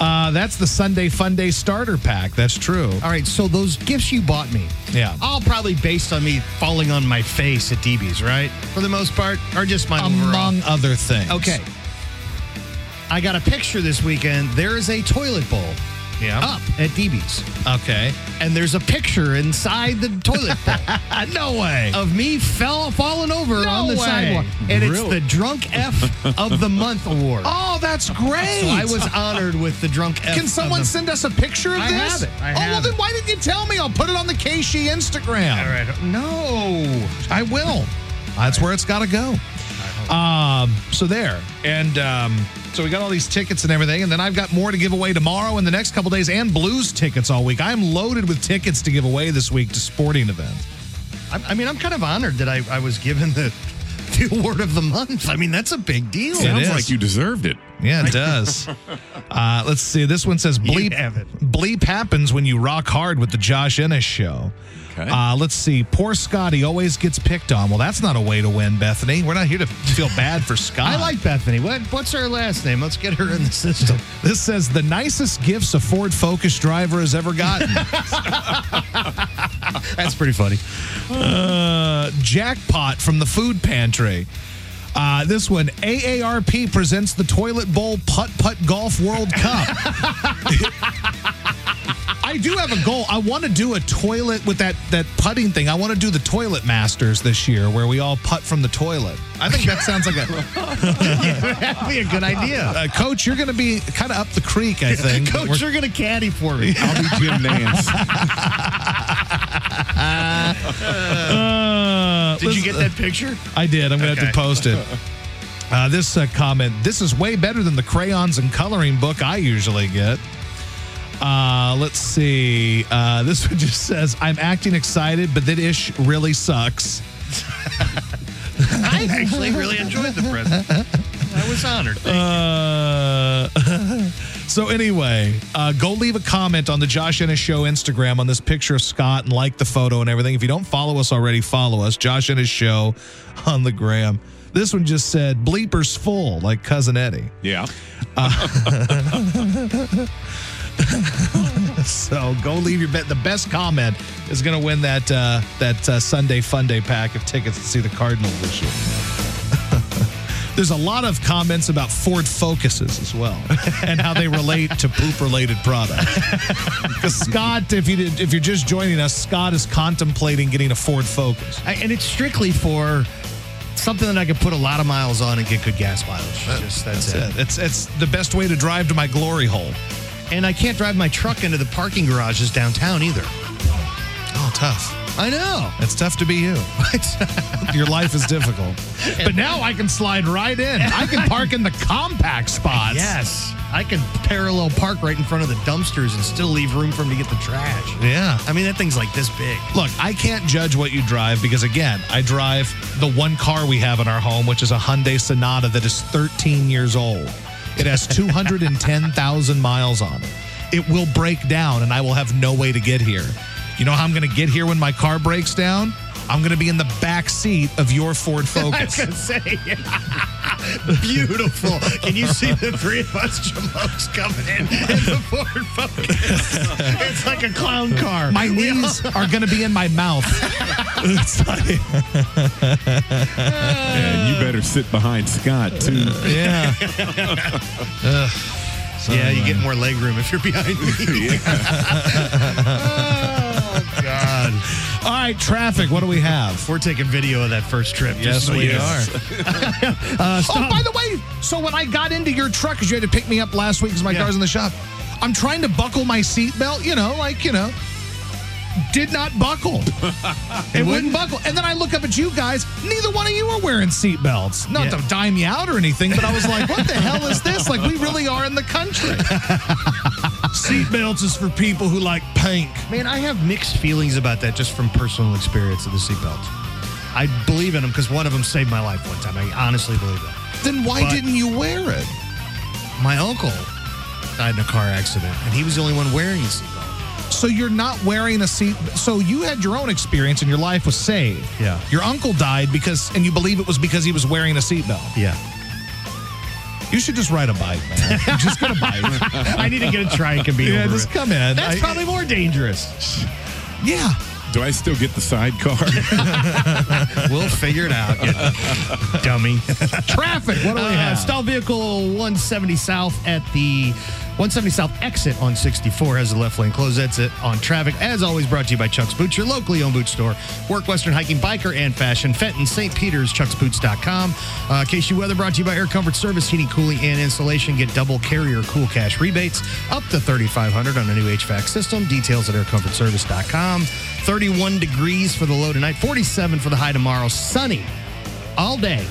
Speaker 1: Uh, that's the Sunday Fun Day starter pack. That's true.
Speaker 2: All right, so those gifts you bought me,
Speaker 1: Yeah.
Speaker 2: all probably based on me falling on my face at DB's, right? For the most part, or just my overall.
Speaker 1: Among other things.
Speaker 2: Okay. I got a picture this weekend. There is a toilet bowl
Speaker 1: Yeah.
Speaker 2: up at DB's,
Speaker 1: Okay.
Speaker 2: and there's a picture inside the toilet bowl
Speaker 1: no way.
Speaker 2: of me fell falling over
Speaker 1: No
Speaker 2: on the
Speaker 1: way.
Speaker 2: sidewalk, and it's
Speaker 3: Really?
Speaker 2: the Drunk F of the Month award.
Speaker 1: oh, that's great.
Speaker 2: So I was honored with the Drunk F.
Speaker 1: Can
Speaker 2: of
Speaker 1: someone
Speaker 2: the-
Speaker 1: send us a picture of
Speaker 2: I
Speaker 1: this?
Speaker 2: have it. I
Speaker 1: oh, well,
Speaker 2: have
Speaker 1: then
Speaker 2: it.
Speaker 1: why didn't you tell me? I'll put it on the KC Instagram.
Speaker 2: All right. No.
Speaker 1: Oh, I will. That's where it's got to go. Um, so there, and um, so we got all these tickets and everything, and then I've got more to give away tomorrow and the next couple days, and Blues tickets all week. I'm loaded with tickets to give away this week to sporting events.
Speaker 2: I, I mean, I'm kind of honored that I, I was given the the award of the month. I mean, that's a big deal.
Speaker 3: Sounds
Speaker 1: is.
Speaker 3: like you deserved it.
Speaker 1: Yeah, it does. uh, let's see. This one says bleep.
Speaker 2: have it.
Speaker 1: Bleep happens when you rock hard with the Josh Ennis show.
Speaker 3: Okay.
Speaker 1: Uh, let's see. Poor Scotty always gets picked on. Well, that's not a way to win, Bethany. We're not here to feel bad for Scott.
Speaker 2: I like Bethany. What what's her last name? Let's get her in the system.
Speaker 1: This says the nicest gifts a Ford Focus driver has ever gotten.
Speaker 2: That's pretty funny.
Speaker 1: uh, jackpot from the food pantry. Uh, this one, AARP presents the Toilet Bowl Putt Putt Golf World Cup. I do have a goal. I want to do a toilet with that that putting thing. I want to do the Toilet Masters this year, where we all putt from the toilet. I think that sounds like a
Speaker 2: That'd be a good idea.
Speaker 1: uh, coach. You're going to be kind of up the creek, I think.
Speaker 2: Coach,
Speaker 1: We're-
Speaker 2: you're gonna caddy for me.
Speaker 3: I'll be Jim Nance.
Speaker 1: Uh,
Speaker 2: Did you
Speaker 1: let's-
Speaker 2: get that picture?
Speaker 1: I did. I'm gonna have
Speaker 2: Okay.
Speaker 1: to post it. Uh, this uh, comment. This is way better than the crayons and coloring book I usually get. Uh, let's see. Uh, this one just says, "I'm acting excited, but that ish really sucks."
Speaker 2: I actually really enjoyed the present. I was honored.
Speaker 1: Uh, so anyway, uh, go leave a comment on the Josh Ennis Show Instagram on this picture of Scott and like the photo and everything. If you don't follow us already, follow us. Josh Ennis Show on the gram. This one just said, "Bleepers full," like cousin Eddie.
Speaker 3: Yeah.
Speaker 1: So go leave your bet. The best comment is going to win that uh, that uh, Sunday Fun Day pack of tickets to see the Cardinals this year. There's a lot of comments about Ford Focuses as well, and how they relate to poop-related products. Because Scott, if you did, if you're just joining us, Scott is contemplating getting a Ford Focus.
Speaker 2: I, and it's strictly for something that I could put a lot of miles on and get good gas mileage. Just that's, it.
Speaker 1: That's it. It's it's the best way to drive to my glory hole.
Speaker 2: And I can't drive my truck into the parking garages downtown either.
Speaker 1: Oh, tough.
Speaker 2: I know.
Speaker 1: It's tough to be you. Your life is difficult. But now I can slide right in. I can park in the compact spots.
Speaker 2: Yes. I could parallel park right in front of the dumpsters and still leave room for him to get the trash.
Speaker 1: Yeah.
Speaker 2: I mean, that thing's like this big.
Speaker 1: Look, I can't judge what you drive because, again, I drive the one car we have in our home, which is a Hyundai Sonata that is 13 years old. It has 210,000 miles on it. It will break down and I will have no way to get here. You know how I'm going to get here when my car breaks down? I'm going to be in the back seat of your Ford
Speaker 2: I was
Speaker 1: Focus.
Speaker 2: gonna say, beautiful. Can you see the three of us Jamokes coming in in the Ford Focus? It's like a clown car.
Speaker 1: my
Speaker 2: We all-
Speaker 1: knees are going to be in my mouth. It's like-
Speaker 3: And you better sit behind Scott too.
Speaker 1: yeah. Ugh. So,
Speaker 2: yeah, you
Speaker 1: uh,
Speaker 2: get more leg room if you're behind me. oh God.
Speaker 1: All right, traffic. What do we have?
Speaker 2: We're taking video of that first trip.
Speaker 1: Yes,
Speaker 2: just so
Speaker 1: we
Speaker 2: you know.
Speaker 1: are. Oh, by the way, so when I got into your truck, because you had to pick me up last week because my
Speaker 2: Yeah.
Speaker 1: car's in the shop, I'm trying to buckle my seatbelt, you know, like, you know, did not buckle. it wouldn't buckle. And then I look up at you guys, neither one of you are wearing seatbelts. Not
Speaker 2: Yeah.
Speaker 1: to dime you out or anything, but I was like, what the hell is this? Like, we really are in the country. Seatbelts is for people who like pink.
Speaker 2: Man, I have mixed feelings about that just from personal experience of the seatbelt. I believe in them because one of them saved my life one time. I honestly believe that.
Speaker 1: Then why
Speaker 2: But-
Speaker 1: didn't you wear it?
Speaker 2: My uncle died in a car accident, and he was the only one wearing a seatbelt.
Speaker 1: So you're not wearing a seat. So you had your own experience, and your life was saved.
Speaker 2: Yeah.
Speaker 1: Your uncle died because, and you believe it was because he was wearing a seatbelt.
Speaker 2: Yeah.
Speaker 1: You should just ride a bike, man. You just get a bike.
Speaker 2: I need to get a try and can be
Speaker 1: yeah,
Speaker 2: over
Speaker 1: just
Speaker 2: it.
Speaker 1: come in.
Speaker 2: That's
Speaker 1: I-
Speaker 2: probably more dangerous.
Speaker 1: yeah.
Speaker 3: Do I still get the sidecar?
Speaker 2: We'll figure it out, you dummy.
Speaker 1: Traffic. What do we
Speaker 2: Uh,
Speaker 1: have?
Speaker 2: stall vehicle 170 south at the 170 south exit on 64 has the left lane closed. That's it on traffic. As always, brought to you by Chuck's Boots, your locally owned boot store. Work Western hiking, biker, and fashion. Fenton, St. Peter's, chucksboots.com. Uh, KC Weather brought to you by Air Comfort Service, heating, cooling, and insulation. Get double carrier cool cash rebates up to 3500 on a new HVAC system. Details at aircomfortservice.com. 31 degrees for the low tonight, 47 for the high tomorrow. Sunny all day.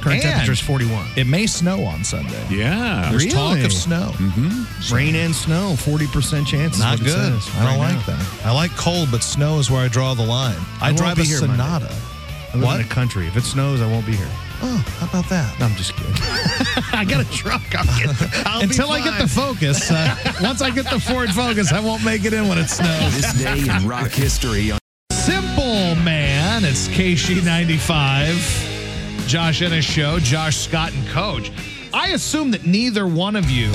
Speaker 2: Current
Speaker 1: And-
Speaker 2: temperature is 41.
Speaker 1: It may snow on Sunday.
Speaker 3: yeah.
Speaker 1: There's talk
Speaker 2: Really?
Speaker 1: of snow.
Speaker 2: Rain and snow, 40% chance.
Speaker 1: Mm-hmm.
Speaker 2: is
Speaker 1: Not
Speaker 2: what it
Speaker 1: good. I
Speaker 2: says
Speaker 1: don't
Speaker 2: right
Speaker 1: like
Speaker 2: now.
Speaker 1: that. I like cold, but snow is where I draw the line. I,
Speaker 2: won't
Speaker 1: drive
Speaker 2: be
Speaker 1: a
Speaker 2: here Monday.
Speaker 1: Sonata.
Speaker 2: I live
Speaker 1: What?
Speaker 2: in the country. If it snows, I won't be here.
Speaker 1: Oh, how about that?
Speaker 2: No, I'm just kidding. I got a truck. I'll get, I'll be
Speaker 1: Until I get
Speaker 2: fine.
Speaker 1: the Focus. Uh, once I get the Ford Focus, I won't make it in when it snows.
Speaker 10: This day in rock history on
Speaker 1: Simple Man. It's KC95. Josh and his show, Josh Scott and Coach. I assume that neither one of you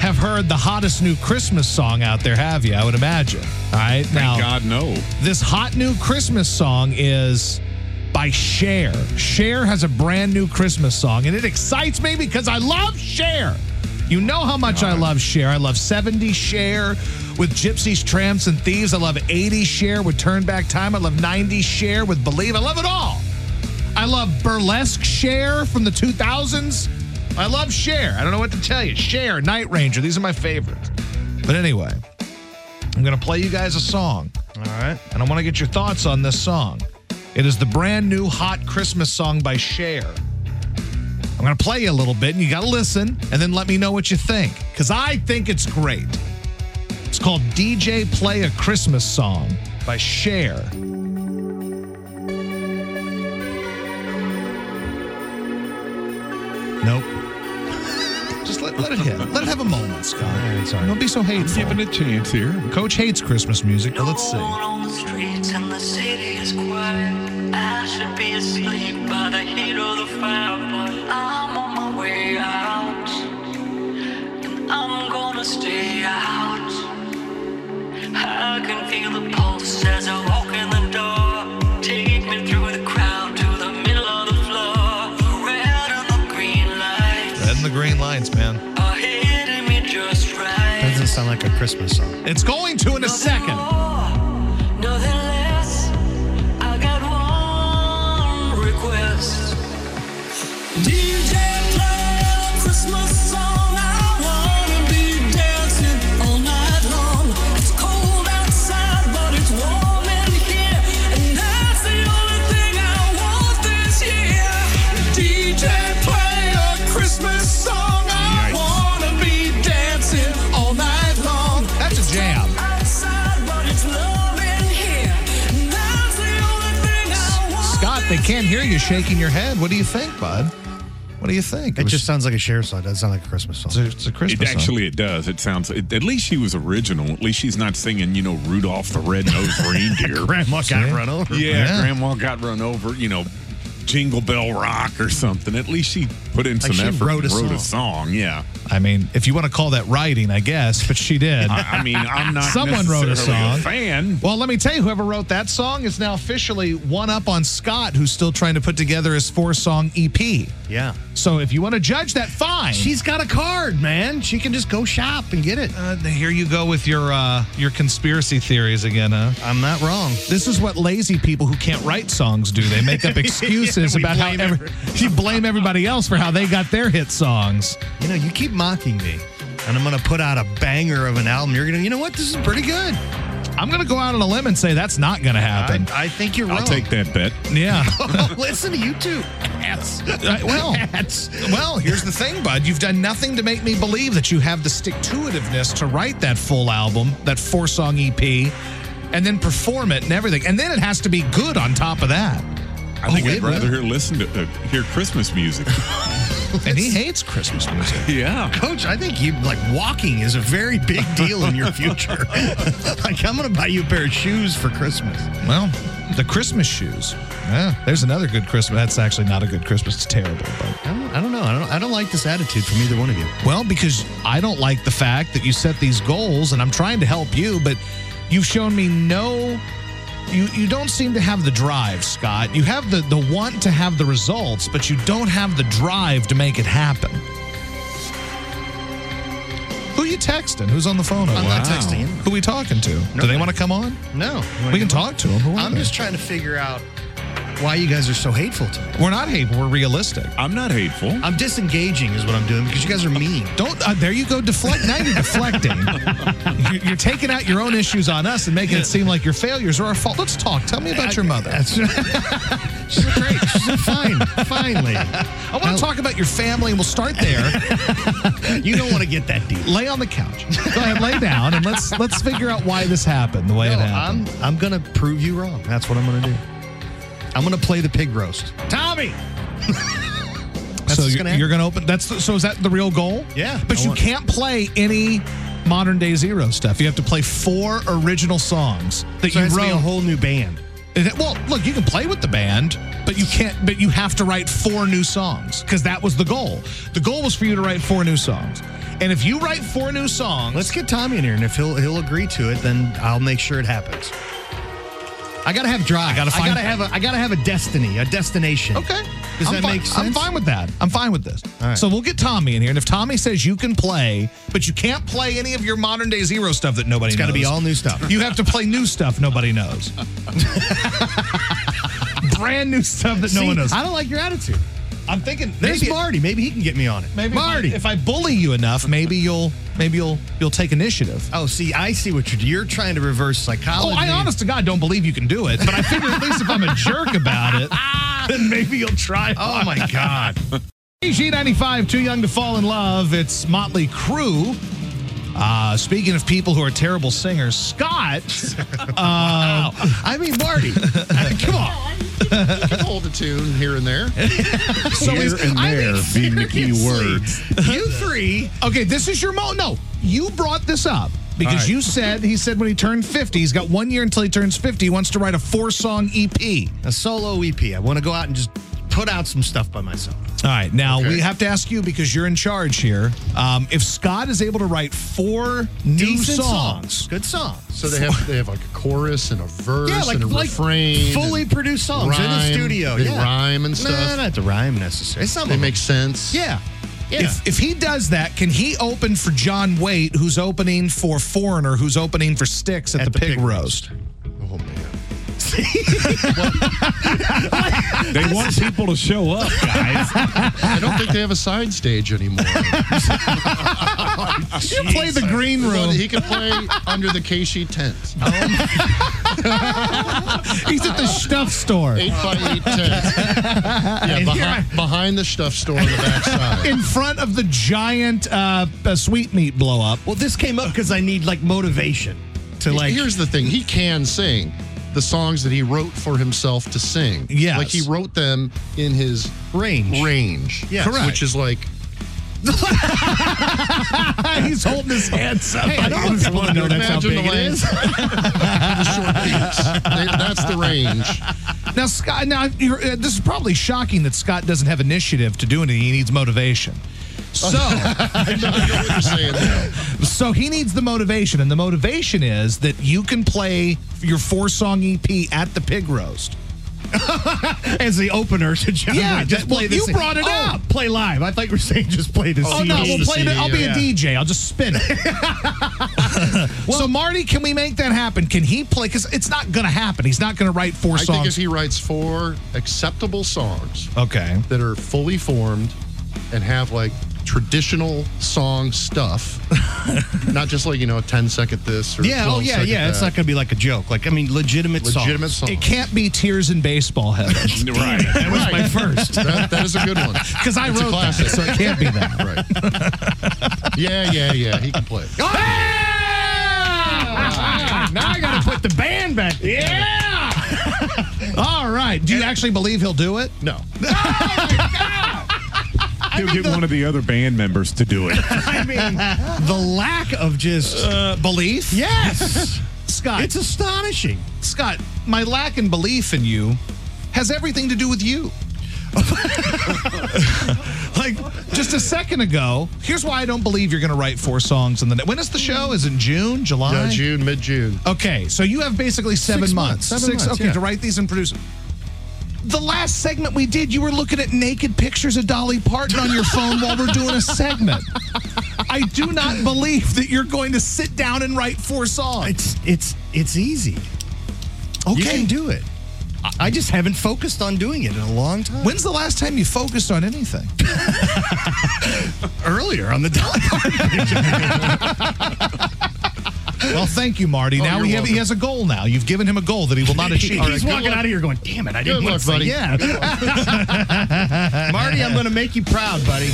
Speaker 1: have heard the hottest new Christmas song out there, have you? I would imagine. All right. now,
Speaker 3: Thank God no.
Speaker 1: this hot new Christmas song is by Cher. Cher has a brand new Christmas song, and it excites me because I love Cher. You know how much I love Cher. I love 70s Cher with Gypsies, Tramps, and Thieves. I love 80s Cher with Turn Back Time. I love 90s Cher with Believe. I love it all. I love burlesque Cher from the 2000s. I love Cher. I don't know what to tell you. Cher, Night Ranger, these are my favorites. But anyway, I'm going to play you guys a song. All right. And I want to get your thoughts on this song. It is the brand new hot Christmas song by Cher. I'm going to play you a little bit and you got to listen and then let me know what you think because I think it's great. It's called DJ Play a Christmas Song by Cher.
Speaker 2: Nope.
Speaker 1: Just let, let it hit. Let it have a moment, Scott.
Speaker 2: right, sorry.
Speaker 1: Don't be so hateful.
Speaker 3: Giving a chance here.
Speaker 1: Coach hates Christmas music, but let's see.
Speaker 11: on the streets and the city is quiet. I should be asleep by the heat of the fire, but I'm on my way out. And I'm gonna stay out. I can feel the pulse as I walk in the door. Take me through the crowd to the middle of the floor. The red and the green lights
Speaker 1: Red and the green lights, man.
Speaker 11: are hitting me just right.
Speaker 2: Doesn't sound like a Christmas song.
Speaker 1: It's going to in a second.
Speaker 11: Nothing less. I got one request. DJ play a Christmas song. I wanna be dancing all night long. It's cold outside, but it's warm in here, and that's the only thing I want this year. DJ play a Christmas song. I
Speaker 3: Yikes.
Speaker 11: wanna
Speaker 1: can't hear you shaking your head. What do you think, bud? What do you think?
Speaker 2: It, just sounds like a sheriff's song. It doesn't sound like a Christmas song.
Speaker 1: It's a, it's a Christmas
Speaker 3: it actually it does. It sounds. It, at least she was original. At least she's not singing. You know, Rudolph the Red-Nosed Reindeer.
Speaker 2: Grandma got
Speaker 3: Yeah.
Speaker 2: run over.
Speaker 3: Yeah,
Speaker 2: Yeah.
Speaker 3: Grandma got run over. You know, Jingle Bell Rock or something. At least she put in
Speaker 1: Like
Speaker 3: some
Speaker 1: she
Speaker 3: effort.
Speaker 1: wrote
Speaker 3: and
Speaker 1: a
Speaker 3: wrote
Speaker 1: song.
Speaker 3: a song. Yeah.
Speaker 1: song. I mean, if you want to call that writing, I guess, but she did.
Speaker 3: I, I mean, I'm not.
Speaker 1: Someone wrote a
Speaker 3: necessarily
Speaker 1: song.
Speaker 3: a fan.
Speaker 1: Well, let me tell you, whoever wrote that song is now officially one up on Scott, who's still trying to put together his four song EP.
Speaker 2: Yeah.
Speaker 1: So if you want to judge that, fine.
Speaker 2: She's got a card, man. She can just go shop and get it.
Speaker 1: Uh, here you go with your uh, your conspiracy theories again, huh?
Speaker 2: I'm not wrong.
Speaker 1: This is what lazy people who can't write songs do. They make up excuses
Speaker 2: Yeah, we
Speaker 1: about how
Speaker 2: blame
Speaker 1: every, you blame everybody else for how they got their hit songs.
Speaker 2: You know, you keep mocking me, and I'm going to put out a banger of an album. You're going to, you know what? This is pretty good.
Speaker 1: I'm going to go out on a limb and say that's not going to happen.
Speaker 2: I think you're wrong. Oh,
Speaker 3: I'll take that bet.
Speaker 1: yeah.
Speaker 2: Listen to you two. Ass.
Speaker 1: Uh, well, well, here's the thing, bud. You've done nothing to make me believe that you have the stick to itiveness to write that full album, that four song EP, and then perform it and everything. And then it has to be good on top of that.
Speaker 3: I think
Speaker 1: Oh,
Speaker 3: I'd
Speaker 1: it
Speaker 3: rather
Speaker 1: will.
Speaker 3: hear listen to uh, hear Christmas music.
Speaker 1: And he hates Christmas music.
Speaker 3: yeah.
Speaker 2: Coach, I think you like walking is a very big deal in your future. like, I'm going to buy you a pair of shoes for Christmas.
Speaker 1: Well, the Christmas shoes. Yeah, there's another good Christmas. That's actually not a good Christmas. It's terrible. But
Speaker 2: I don't, I don't know. I don't, I don't like this attitude from either one of you.
Speaker 1: well, because I don't like the fact that you set these goals, and I'm trying to help you, but you've shown me no. You you don't seem to have the drive, Scott. You have the the want to have the results, but you don't have the drive to make it happen. Who you texting? Who's on the phone? over
Speaker 2: I'm not
Speaker 1: there?
Speaker 2: texting him.
Speaker 1: Who we talking to? Do they want to come on?
Speaker 2: No.
Speaker 1: We can talk to him. Who are
Speaker 2: I'm
Speaker 1: they?
Speaker 2: just trying to figure out why you guys are so hateful to me.
Speaker 1: We're not hateful. We're realistic.
Speaker 3: I'm not hateful.
Speaker 2: I'm disengaging, is what I'm doing, because you guys are mean.
Speaker 1: Don't. Uh, there you go. Deflect. Now you're deflecting. you're, you're taking out your own issues on us and making it seem like your failures are our fault. Let's talk. Tell me about your mother.
Speaker 2: She's great. She's fine. Finally.
Speaker 1: I want to talk about your family. and We'll start there.
Speaker 2: You don't want to get that deep.
Speaker 1: lay on the couch. Go ahead. Lay down and let's let's figure out why this happened the way
Speaker 2: No,
Speaker 1: it happened.
Speaker 2: I'm I'm gonna prove you wrong. That's what I'm gonna do. I'm gonna play the pig roast. Tommy. That's
Speaker 1: so
Speaker 2: what's
Speaker 1: you're
Speaker 2: gonna
Speaker 1: gonna,
Speaker 2: happen.
Speaker 1: you're gonna open. That's the, so. Is that the real goal?
Speaker 2: Yeah,
Speaker 1: But
Speaker 2: I
Speaker 1: you
Speaker 2: want-
Speaker 1: can't play any modern day zero stuff. You have to play four original songs that
Speaker 2: so it
Speaker 1: you
Speaker 2: has to
Speaker 1: wrote.
Speaker 2: be a whole new band.
Speaker 1: Is it- Well, look, you can play with the band, but you can't. But you have to write four new songs because that was the goal. The goal was for you to write four new songs, and if you write four new songs,
Speaker 2: Let's get Tommy in here, and if he'll he'll agree to it, then I'll make sure it happens. I gotta have drive. I
Speaker 1: gotta find-
Speaker 2: have a I gotta have a destiny, a destination.
Speaker 1: okay.
Speaker 2: Does
Speaker 1: I'm
Speaker 2: that
Speaker 1: fi-
Speaker 2: make sense?
Speaker 1: I'm fine with that. I'm fine with this.
Speaker 2: All right.
Speaker 1: So we'll get Tommy in here, and if Tommy says you can play, but you can't play any of your modern day zero stuff that nobody
Speaker 2: It's
Speaker 1: knows,
Speaker 2: gotta be all new stuff.
Speaker 1: You have to play new stuff nobody knows. Brand new stuff that no
Speaker 2: See,
Speaker 1: one knows.
Speaker 2: I don't like your attitude.
Speaker 1: I'm thinking
Speaker 2: There's
Speaker 1: maybe-
Speaker 2: Marty. Maybe he can get me on it.
Speaker 1: Maybe if I-
Speaker 2: Marty.
Speaker 1: if I bully you enough, maybe you'll maybe you'll you'll take initiative.
Speaker 2: oh, see, I see what you're you're trying to reverse psychology.
Speaker 1: Oh, I honest to God don't believe you can do it, but I figure at least if I'm a jerk about it, then maybe you'll try.
Speaker 2: Oh my God.
Speaker 1: G95, Too Young to Fall in Love. It's Motley Crue. Uh, speaking of people who are terrible singers, Scott. Uh,
Speaker 2: I mean, Marty. Come on.
Speaker 12: Hold a tune here and there.
Speaker 1: so
Speaker 3: Here
Speaker 1: is-
Speaker 3: and
Speaker 1: I mean,
Speaker 3: there being the key word.
Speaker 2: You three.
Speaker 1: Okay, this is your mo. No, you brought this up because
Speaker 3: All right.
Speaker 1: you said he said when he turned 50, he's got one year until he turns 50. He wants to write a E four song EP.
Speaker 2: A solo E EP. I want to go out and just put out some stuff by myself.
Speaker 1: All right, now
Speaker 12: Okay.
Speaker 1: we have to ask you because you're in charge here. Um, if Scott is able to write four new
Speaker 2: Decent
Speaker 1: songs,
Speaker 2: Good songs.
Speaker 12: So they have they have like a chorus and a verse
Speaker 2: Yeah, like,
Speaker 12: and a
Speaker 2: like
Speaker 12: refrain.
Speaker 2: fully
Speaker 12: and
Speaker 2: produced songs in the
Speaker 12: rhyme.
Speaker 2: studio.
Speaker 12: They
Speaker 2: yeah.
Speaker 12: rhyme and
Speaker 2: Nah,
Speaker 12: stuff.
Speaker 2: not the rhyme necessary. Some
Speaker 12: they
Speaker 2: of
Speaker 12: make
Speaker 2: them.
Speaker 12: sense.
Speaker 2: Yeah. Yeah.
Speaker 1: if, if he does that, can he open for John Waite, who's opening for Foreigner, who's opening for Sticks at, the, Pig, Roast?
Speaker 12: Oh man.
Speaker 3: They want people to show up, guys.
Speaker 12: I don't think they have a side stage anymore.
Speaker 1: You play the green
Speaker 12: But
Speaker 1: room.
Speaker 12: he can play under the Keishi tent.
Speaker 1: He's at the stuff store
Speaker 12: Eight by eight tent. Yeah, behind, behind the stuff store on the backside.
Speaker 1: in front of the giant uh, uh, sweetmeat blow up.
Speaker 2: Well, this came up because I need like motivation to like.
Speaker 12: Here's the thing: he can sing. the songs that he wrote for himself to sing.
Speaker 1: Yes.
Speaker 12: Like he wrote them in his
Speaker 2: range.
Speaker 12: Range.
Speaker 1: Yes. Correct.
Speaker 12: Which is like
Speaker 1: He's holding his hands up.
Speaker 12: Hey, I
Speaker 1: I just want to know that's how
Speaker 12: Imagine the
Speaker 1: big it
Speaker 12: length.
Speaker 1: is.
Speaker 12: that's the range.
Speaker 1: Now, Scott. Now, you're, uh, this is probably shocking that Scott doesn't have initiative to do anything. He needs motivation. So,
Speaker 12: I know, I know what you're saying. now.
Speaker 1: so he needs the motivation, and the motivation is that you can play your four-song EP at the pig roast.
Speaker 2: as the opener to John
Speaker 1: Yeah,
Speaker 2: Wayne. Just
Speaker 1: that- well,
Speaker 2: play the
Speaker 1: you
Speaker 2: sing-
Speaker 1: brought it
Speaker 2: Oh,
Speaker 1: up.
Speaker 2: Play live. I thought you were saying just play the
Speaker 1: Oh
Speaker 2: CD.
Speaker 1: no, we'll
Speaker 12: the
Speaker 1: play it.
Speaker 12: CD,
Speaker 1: I'll be a
Speaker 2: yeah.
Speaker 1: DJ. I'll just spin it. so Marty, can we make that happen? Can he play? Because it's not going to happen. He's not going to write four
Speaker 12: I think
Speaker 1: songs.
Speaker 12: if he writes four acceptable songs
Speaker 1: okay.
Speaker 12: that are fully formed and have like traditional song stuff, not just like, you know, a 10 second this or
Speaker 2: Yeah, oh
Speaker 12: 12
Speaker 2: yeah,
Speaker 12: second
Speaker 2: yeah. It's
Speaker 12: that.
Speaker 2: not gonna be like a joke. Like I mean, legitimate songs.
Speaker 12: legitimate songs.
Speaker 1: It can't be tears in baseball heaven
Speaker 3: Right.
Speaker 2: That was my first.
Speaker 12: That, that is a good one.
Speaker 1: because I
Speaker 12: It's a
Speaker 1: wrote that,
Speaker 12: classic.
Speaker 1: so it can't be that.
Speaker 12: Right. Yeah, yeah, yeah. He can play.
Speaker 1: Oh,
Speaker 12: it.
Speaker 2: now I gotta put the band back. Yeah.
Speaker 1: All right. Do you actually believe he'll do it?
Speaker 12: No.
Speaker 3: He'll get one of the other band members to do it.
Speaker 2: I mean, the lack of just
Speaker 1: Uh, belief?
Speaker 2: yes,
Speaker 1: Scott.
Speaker 2: it's astonishing.
Speaker 1: Scott, my lack in belief in you has everything to do with you. like just a second ago, here's why I don't believe you're going to write four songs in the ne- When is the show? Is it in June, July?
Speaker 12: Yeah, June, mid June.
Speaker 1: Okay, so you have basically seven
Speaker 2: Six
Speaker 1: months.
Speaker 2: months, seven months,
Speaker 1: okay,
Speaker 2: yeah.
Speaker 1: to write these and produce. them. The last segment we did, you were looking at naked pictures of Dolly Parton on your phone while we're doing a segment. I do not believe that you're going to sit down and write four songs.
Speaker 2: It's it's it's easy.
Speaker 1: okay.
Speaker 2: You can do it. I- I just haven't focused on doing it in a long time.
Speaker 1: When's the last time you focused on anything?
Speaker 2: earlier on the dollar.
Speaker 1: Well, thank you, Marty. now
Speaker 12: you're
Speaker 1: we have, he
Speaker 12: welcome.
Speaker 1: has a goal now. You've given him a goal that he will not achieve.
Speaker 2: He's walking out of here going, damn it, I didn't
Speaker 12: Good
Speaker 2: want
Speaker 12: luck,
Speaker 2: to say
Speaker 12: buddy.
Speaker 2: yeah. Marty, I'm going to make you proud, buddy.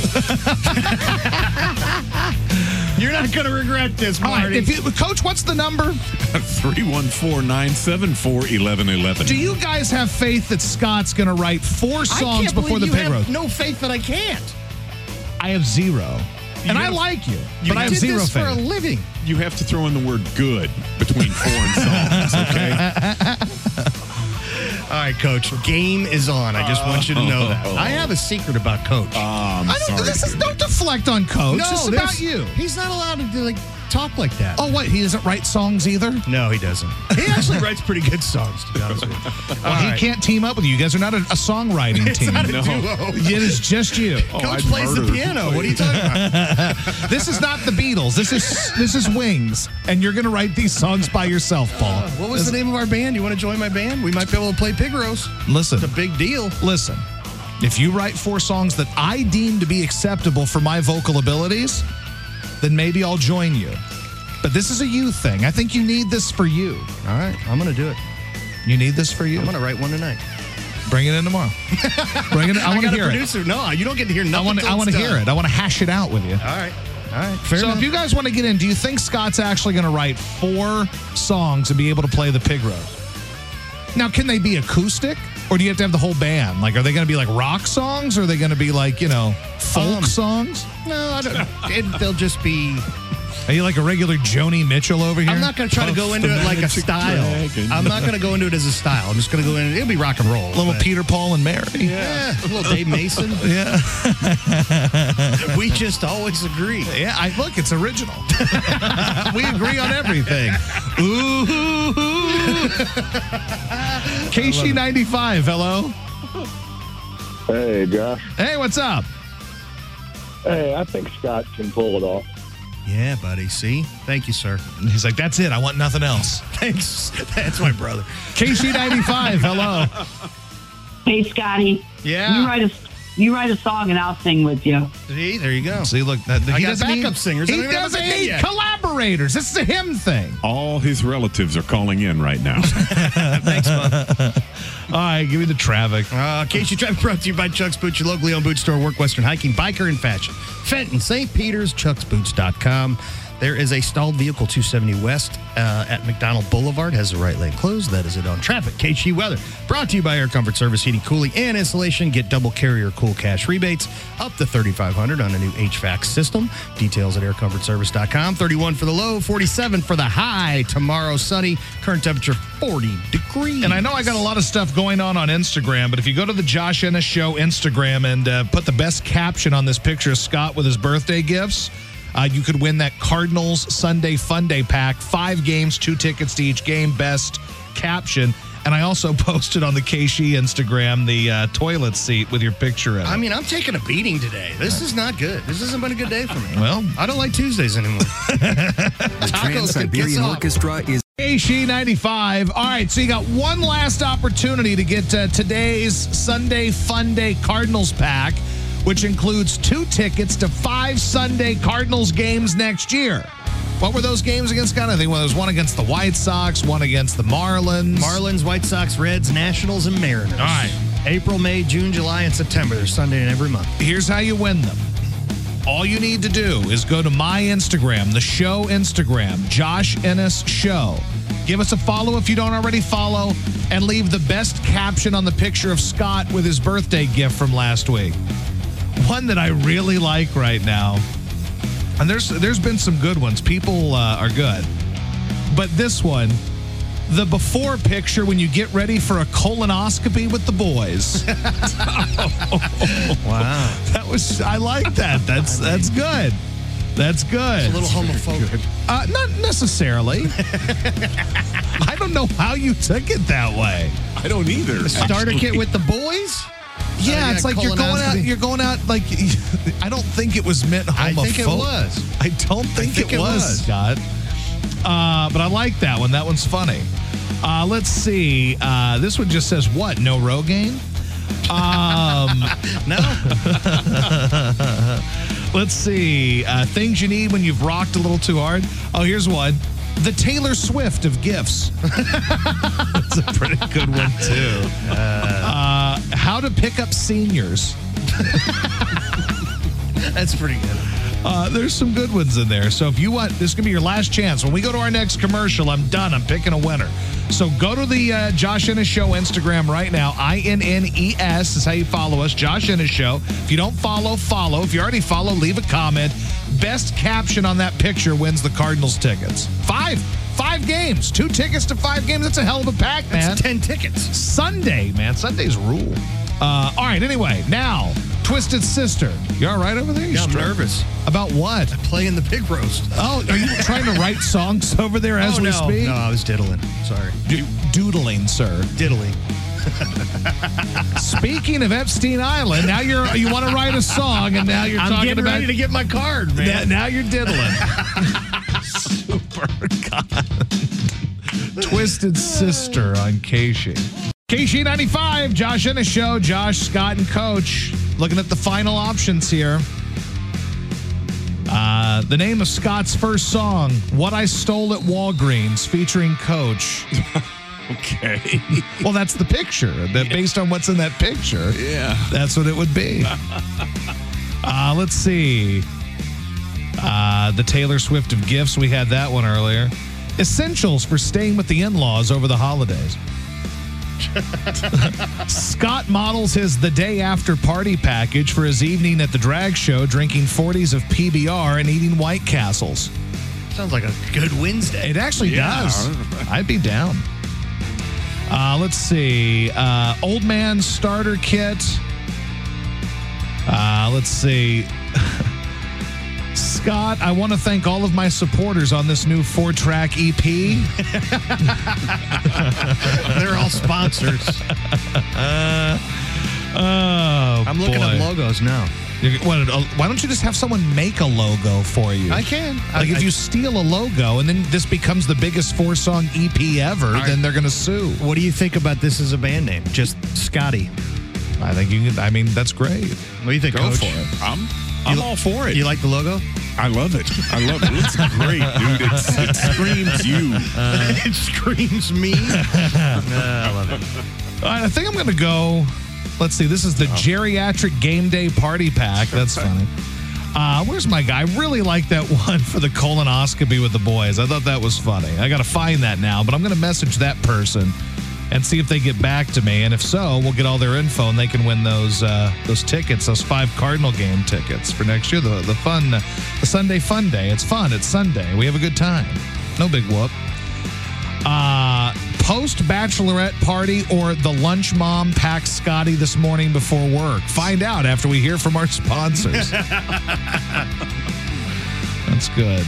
Speaker 2: You're not going to regret this,
Speaker 1: All right,
Speaker 2: Marty.
Speaker 1: if you, Coach, what's the number?
Speaker 3: 314 974 1111.
Speaker 1: Do you guys have faith that Scott's going to write four
Speaker 2: I
Speaker 1: songs
Speaker 2: can't believe
Speaker 1: before the
Speaker 2: you
Speaker 1: pig
Speaker 2: have
Speaker 1: roast?
Speaker 2: no faith that I can't.
Speaker 1: I have zero. and I
Speaker 3: have-
Speaker 1: like you,
Speaker 3: you
Speaker 1: but I have
Speaker 2: did
Speaker 1: zero
Speaker 2: this for a
Speaker 1: faith.
Speaker 2: living.
Speaker 3: You have to throw in the word good between four and songs, okay?
Speaker 2: All right, Coach, game is on. I just want you to know that. I have a secret about Coach.
Speaker 3: Um,
Speaker 1: I don't, this is don't deflect on Coach. Uh, this is about
Speaker 2: there's-
Speaker 1: you.
Speaker 2: He's not allowed to like talk like that.
Speaker 1: Oh, what? He doesn't write songs either. Well,
Speaker 2: No, he doesn't. He actually writes pretty good songs, to be honest with you. All
Speaker 1: he
Speaker 2: right.
Speaker 1: can't team up with you. You guys are not a, a songwriting team.
Speaker 2: not a
Speaker 1: No.
Speaker 2: duo.
Speaker 1: It is just you.
Speaker 2: Coach
Speaker 3: I'd
Speaker 2: plays the
Speaker 3: murder.
Speaker 2: piano. What are you talking about?
Speaker 1: This is not the Beatles. This is this is Wings, and you're going to write these songs by yourself, Paul.
Speaker 2: Uh, What was the name of our band? You want to join my band? We might be able to play Pig Roast.
Speaker 1: Listen,
Speaker 2: It's a big deal.
Speaker 1: listen. If you write four songs that I deem to be acceptable for my vocal abilities, then maybe I'll join you. But this is a you thing. I think you need this for you.
Speaker 2: All right, I'm gonna do it.
Speaker 1: You need this for you.
Speaker 2: I'm gonna write one tonight.
Speaker 1: Bring it in tomorrow. Bring it. In. I want to
Speaker 2: got
Speaker 1: hear
Speaker 2: a
Speaker 1: it.
Speaker 2: producer. No, you don't get to hear
Speaker 1: I
Speaker 2: nothing.
Speaker 1: want. I want to hear it. I want to hash it out with you.
Speaker 2: All right, all right. Fair
Speaker 1: so
Speaker 2: enough.
Speaker 1: if you guys want to get in, do you think Scott's actually going to write four songs and be able to play the pig roast? Now, can they be acoustic, or do you have to have the whole band? Like, are they going to be like rock songs, or are they going to be like you know folk
Speaker 2: Um,
Speaker 1: songs?
Speaker 2: no, I don't. It, they'll just be.
Speaker 1: Are you like a regular Joni Mitchell over here?
Speaker 2: I'm not gonna try to go into it like a style. I'm not gonna go into it as a style. I'm just gonna go in. It'll be rock and roll.
Speaker 1: a little
Speaker 2: but-
Speaker 1: Peter, Paul, and Mary.
Speaker 2: Yeah, a little Dave Mason.
Speaker 1: Yeah,
Speaker 2: we just always agree.
Speaker 1: yeah. I look, it's original. we agree on everything. Ooh, hoo, hoo. KC95. Hello.
Speaker 13: Hey, Josh.
Speaker 1: Hey, what's up?
Speaker 13: Hey, I think Scott can pull it off.
Speaker 2: Yeah, buddy. See, thank you, sir.
Speaker 1: He's like, that's it. I want nothing else.
Speaker 2: Thanks. That's my brother.
Speaker 1: KC95, hello.
Speaker 14: Hey, Scotty.
Speaker 2: Yeah.
Speaker 14: You write a you write a song and I'll sing with you.
Speaker 2: See, there you go.
Speaker 1: See, look, that,
Speaker 2: I
Speaker 1: he
Speaker 2: got
Speaker 1: doesn't
Speaker 2: backup
Speaker 1: need,
Speaker 2: singers. I
Speaker 1: He
Speaker 2: don't even have a
Speaker 1: doesn't
Speaker 2: band
Speaker 1: need
Speaker 2: yet.
Speaker 1: collaborators. This is a him thing.
Speaker 3: All his relatives are calling in right now.
Speaker 1: All right, give me the traffic.
Speaker 2: Uh, Casey Drive brought to you by Chuck's Boots, your locally owned boot store, work Western hiking, biker, and fashion. Fenton, St. Peter's, chucksboots.com. There is a stalled vehicle 270 West uh, at McDonald Boulevard. Has the right lane closed. That is it on traffic. KG Weather brought to you by Air Comfort Service Heating, Cooling, and Insulation. Get double carrier cool cash rebates up to 3500 on a new HVAC system. Details at aircomfortservice.com. 31 for the low, 47 for the high. Tomorrow sunny. Current temperature 40 degrees.
Speaker 1: And I know I got a lot of stuff going on on Instagram, but if you go to the Josh Ennis Show Instagram and uh, put the best caption on this picture of Scott with his birthday gifts, uh, you could win that Cardinals Sunday Fun Day pack. Five games, two tickets to each game, best caption. And I also posted on the KC Instagram the uh, toilet seat with your picture in it.
Speaker 2: I mean, I'm taking a beating today. This is not good. This hasn't been a good day for me.
Speaker 1: Well,
Speaker 2: I don't like Tuesdays anymore.
Speaker 10: The Trans Siberian Orchestra is
Speaker 1: KC 95. All right, so you got one last opportunity to get uh, today's Sunday Fun Day Cardinals pack, which includes two tickets to five Sunday Cardinals games next year. What were those games against? Kind of thing. Well, there was one against the White Sox, one against the Marlins.
Speaker 2: Marlins, White Sox, Reds, Nationals, and Mariners. All
Speaker 1: right.
Speaker 2: April, May, June, July, and September. There's Sunday in every month.
Speaker 1: Here's how you win them. All you need to do is go to my Instagram, the show Instagram, Josh Ennis Show. Give us a follow if you don't already follow, and leave the best caption on the picture of Scott with his birthday gift from last week. One that I really like right now, and there's there's been some good ones. People uh, are good, but this one, the before picture when you get ready for a colonoscopy with the boys.
Speaker 2: Wow.
Speaker 1: That was I like that. That's that's good. That's good.
Speaker 2: A little homophobic.
Speaker 1: Uh, not necessarily. I don't know how you took it that way.
Speaker 3: I don't either.
Speaker 2: The starter kit
Speaker 3: actually.
Speaker 2: with the boys?
Speaker 1: Yeah,
Speaker 2: yeah,
Speaker 1: it's like you're going out.
Speaker 2: colonoscopy.
Speaker 1: You're going out like. I don't think it was meant. Homophobic.
Speaker 2: I think it was.
Speaker 1: I don't think,
Speaker 2: think
Speaker 1: it,
Speaker 2: it
Speaker 1: was,
Speaker 2: was.
Speaker 1: Scott. Uh, but I like that one. That one's funny. Uh, let's see. Uh, this one just says what? No Rogaine. Um,
Speaker 2: No?
Speaker 1: Let's see. Uh, things you need when you've rocked a little too hard. Oh, here's one. The Taylor Swift of gifts. That's a pretty good one, too. Uh, how to pick up seniors.
Speaker 2: That's pretty good.
Speaker 1: Uh, there's some good ones in there. So if you want, this can be your last chance. When we go to our next commercial, I'm done. I'm picking a winner. So go to the uh, Josh Ennis Show Instagram right now. I N N E S is how you follow us. Josh Ennis Show. If you don't follow, follow. If you already follow, leave a comment. Best caption on that picture wins the Cardinals tickets. Five, five games, two tickets to five games. That's a hell of a pack, man.
Speaker 2: That's 10 tickets.
Speaker 1: Sunday, man. Sundays rule. Uh, all right. Anyway, now Twisted Sister. You all right over there? You
Speaker 2: Yeah, I'm
Speaker 1: straight?
Speaker 2: nervous.
Speaker 1: About what?
Speaker 2: Playing the pig roast.
Speaker 1: Oh, are you trying to write songs over there as
Speaker 2: oh,
Speaker 1: we
Speaker 2: no.
Speaker 1: speak?
Speaker 2: No, I was diddling. Sorry.
Speaker 1: Do- doodling, sir.
Speaker 2: Diddling.
Speaker 1: Speaking of Epstein Island, now you're you want to write a song, and now you're
Speaker 2: I'm
Speaker 1: talking
Speaker 2: getting
Speaker 1: about
Speaker 2: ready to get my card, man.
Speaker 1: now, now you're diddling. Super God. Twisted Sister on KC. KC ninety five. Josh in a show. Josh Scott and Coach looking at the final options here. Uh, the name of Scott's first song, "What I Stole at Walgreens," featuring Coach.
Speaker 3: Okay.
Speaker 1: Well, that's the picture. That based on what's in that picture,
Speaker 3: Yeah.
Speaker 1: that's what it would be. uh, let's see. Uh, the Taylor Swift of gifts. We had that one earlier. Essentials for staying with the in-laws over the holidays. Scott models his the day after party package for his evening at the drag show, drinking 40s of PBR and eating White Castles.
Speaker 2: Sounds like a good Wednesday.
Speaker 1: It actually
Speaker 3: Yeah.
Speaker 1: does. I'd be down. Uh, let's see. Uh, old man starter kit. Uh, let's see. Scott, I want to thank all of my supporters on this new E four track EP.
Speaker 2: They're all sponsors.
Speaker 1: Oh,
Speaker 2: I'm looking
Speaker 1: boy.
Speaker 2: up logos now.
Speaker 1: You're- what, uh, Why don't you just have someone make a logo for you?
Speaker 2: I can.
Speaker 1: Like
Speaker 2: I,
Speaker 1: if you steal a logo and then this becomes the biggest four song EP ever,
Speaker 2: right.
Speaker 1: then they're going to sue.
Speaker 2: What do you think about this as a band name? Just Scotty.
Speaker 1: I think you can. I mean, that's great.
Speaker 2: What do you think,
Speaker 3: Go
Speaker 2: Coach?
Speaker 3: for it. I'm I'm all for it.
Speaker 2: You like the logo?
Speaker 3: I love it. I love it. It looks great, dude. It's, it screams you.
Speaker 1: Uh,
Speaker 2: it screams me. I love it.
Speaker 1: All right, I think I'm going to go. Let's see. This is the geriatric game day party pack. That's funny. Uh, where's my guy? I really like that one for the colonoscopy with the boys. I thought that was funny. I got to find that now, but I'm going to message that person and see if they get back to me. And if so, we'll get all their info and they can win those uh, those tickets, those five Cardinal game tickets for next year. The the fun, the Sunday fun day. It's fun. It's Sunday. We have a good time. No big whoop. Uh, post bachelorette party or the lunch mom packed Scotty this morning before work. Find out after we hear from our sponsors. That's good.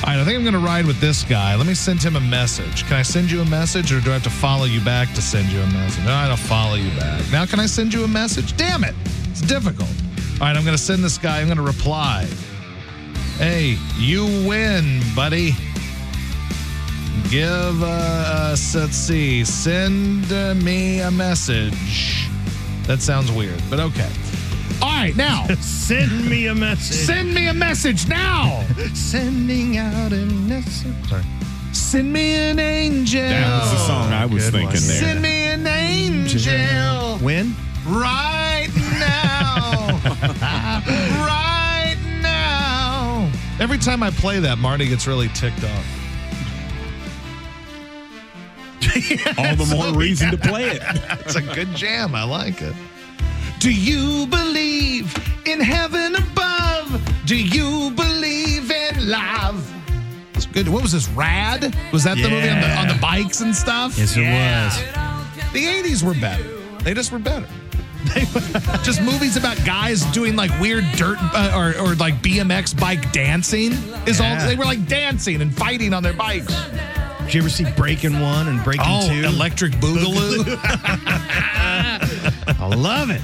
Speaker 1: All right, I think I'm going to ride with this guy. Let me send him a message. Can I send you a message or do I have to follow you back to send you a message? No, I don't follow you back. Now, can I send you a message? Damn it. It's difficult. All right, I'm going to send this guy. I'm going to reply. Hey, you win, buddy. Give uh, us, let's see, send uh, me a message. That sounds weird, but okay. All right, now.
Speaker 2: Send me a message.
Speaker 1: Send me a message now.
Speaker 2: Sending out a message.
Speaker 1: Sorry. Send me an angel.
Speaker 3: That was the song I was
Speaker 2: Good
Speaker 3: thinking
Speaker 2: one.
Speaker 3: there.
Speaker 1: Send me an angel.
Speaker 2: When?
Speaker 1: Right now. right now. Every time I play that, Marty gets really ticked off.
Speaker 3: All the more reason to play it.
Speaker 1: It's a good jam. I like it. Do you believe in heaven above? Do you believe in love? It's good. What was this? Rad? Was that the movie on the,
Speaker 2: Yeah.
Speaker 1: on the bikes and stuff?
Speaker 2: Yes, it
Speaker 1: was. The 80s were better. They just were better. They were- just movies about guys doing like weird dirt uh, or, or like BMX bike dancing is
Speaker 2: Yeah.
Speaker 1: all they were like dancing and fighting on their bikes.
Speaker 2: Did you ever see Breaking One and Breaking
Speaker 1: Oh,
Speaker 2: Two?
Speaker 1: Electric Boogaloo.
Speaker 2: I love it.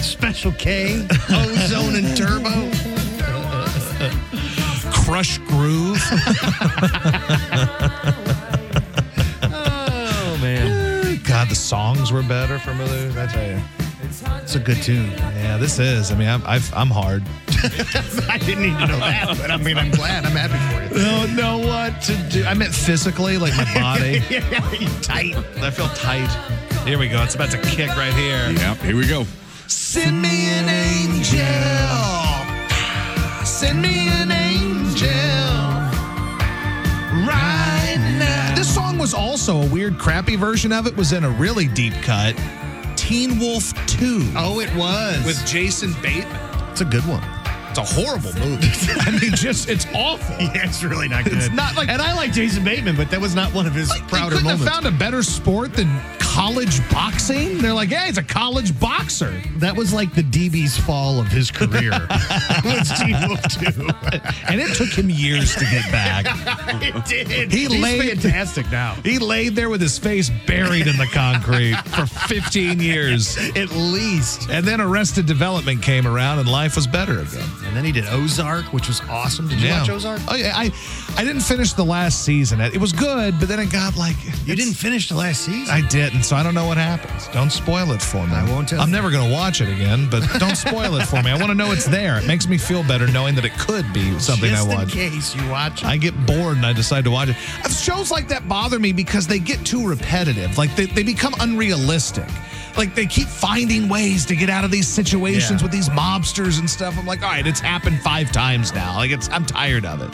Speaker 2: Special K, Ozone and Turbo.
Speaker 1: Crush Groove.
Speaker 2: Oh man,
Speaker 1: God, the songs were better for Malou. I tell you.
Speaker 2: it's a good tune.
Speaker 1: Yeah, this is. I mean, I'm, I've, I'm hard.
Speaker 2: I didn't even know that, but I mean, I'm glad. I'm happy for you.
Speaker 1: Don't know what to do. I meant physically, like my body.
Speaker 2: yeah, you tight.
Speaker 1: I feel tight. Here we go. It's about to kick right here.
Speaker 3: Yep, here we go.
Speaker 1: Send me an angel. Send me an angel. Right now. This song was also a weird, crappy version of it. Was in a really deep cut. Teen Wolf Two
Speaker 2: Oh, it was.
Speaker 1: with Jason Bateman.
Speaker 2: it's a good one.
Speaker 1: It's a horrible movie. I mean, just it's awful.
Speaker 2: Yeah, it's really not good.
Speaker 1: It's not like-
Speaker 2: and I like Jason Bateman, but that was not one of his
Speaker 1: Like,
Speaker 2: prouder
Speaker 1: they couldn't
Speaker 2: moments.
Speaker 1: have found a better sport than college boxing. They're like, yeah, he's a college boxer.
Speaker 2: that was like the DB's fall of his career. was Teen Wolf Two.
Speaker 1: And it took him years to get back.
Speaker 2: it did.
Speaker 1: He
Speaker 2: He's
Speaker 1: laid-
Speaker 2: fantastic now.
Speaker 1: He laid there with his face buried in the concrete for 15 years.
Speaker 2: At least.
Speaker 1: And then Arrested Development came around and life was better again.
Speaker 2: And then he did Ozark, which was awesome. Did you watch Ozark?
Speaker 1: Oh, yeah, I, I didn't finish the last season. It was good, but then it got like.
Speaker 2: You didn't finish the last season.
Speaker 1: I didn't, so I don't know what happens. Don't spoil it for me.
Speaker 2: I won't tell
Speaker 1: I'm
Speaker 2: you.
Speaker 1: never going to watch it again, but don't spoil it for me. I want to know it's there. It makes me feel better knowing that it could be something
Speaker 2: Just
Speaker 1: I
Speaker 2: in
Speaker 1: watch.
Speaker 2: case you watch.
Speaker 1: I get bored and I decide to watch it. Uh, Shows like that bother me because they get too repetitive. Like they, they become unrealistic. Like they keep finding ways to get out of these situations
Speaker 2: Yeah.
Speaker 1: with these mobsters and stuff. I'm like, all right, it's happened five times now. Like it's I'm tired of it.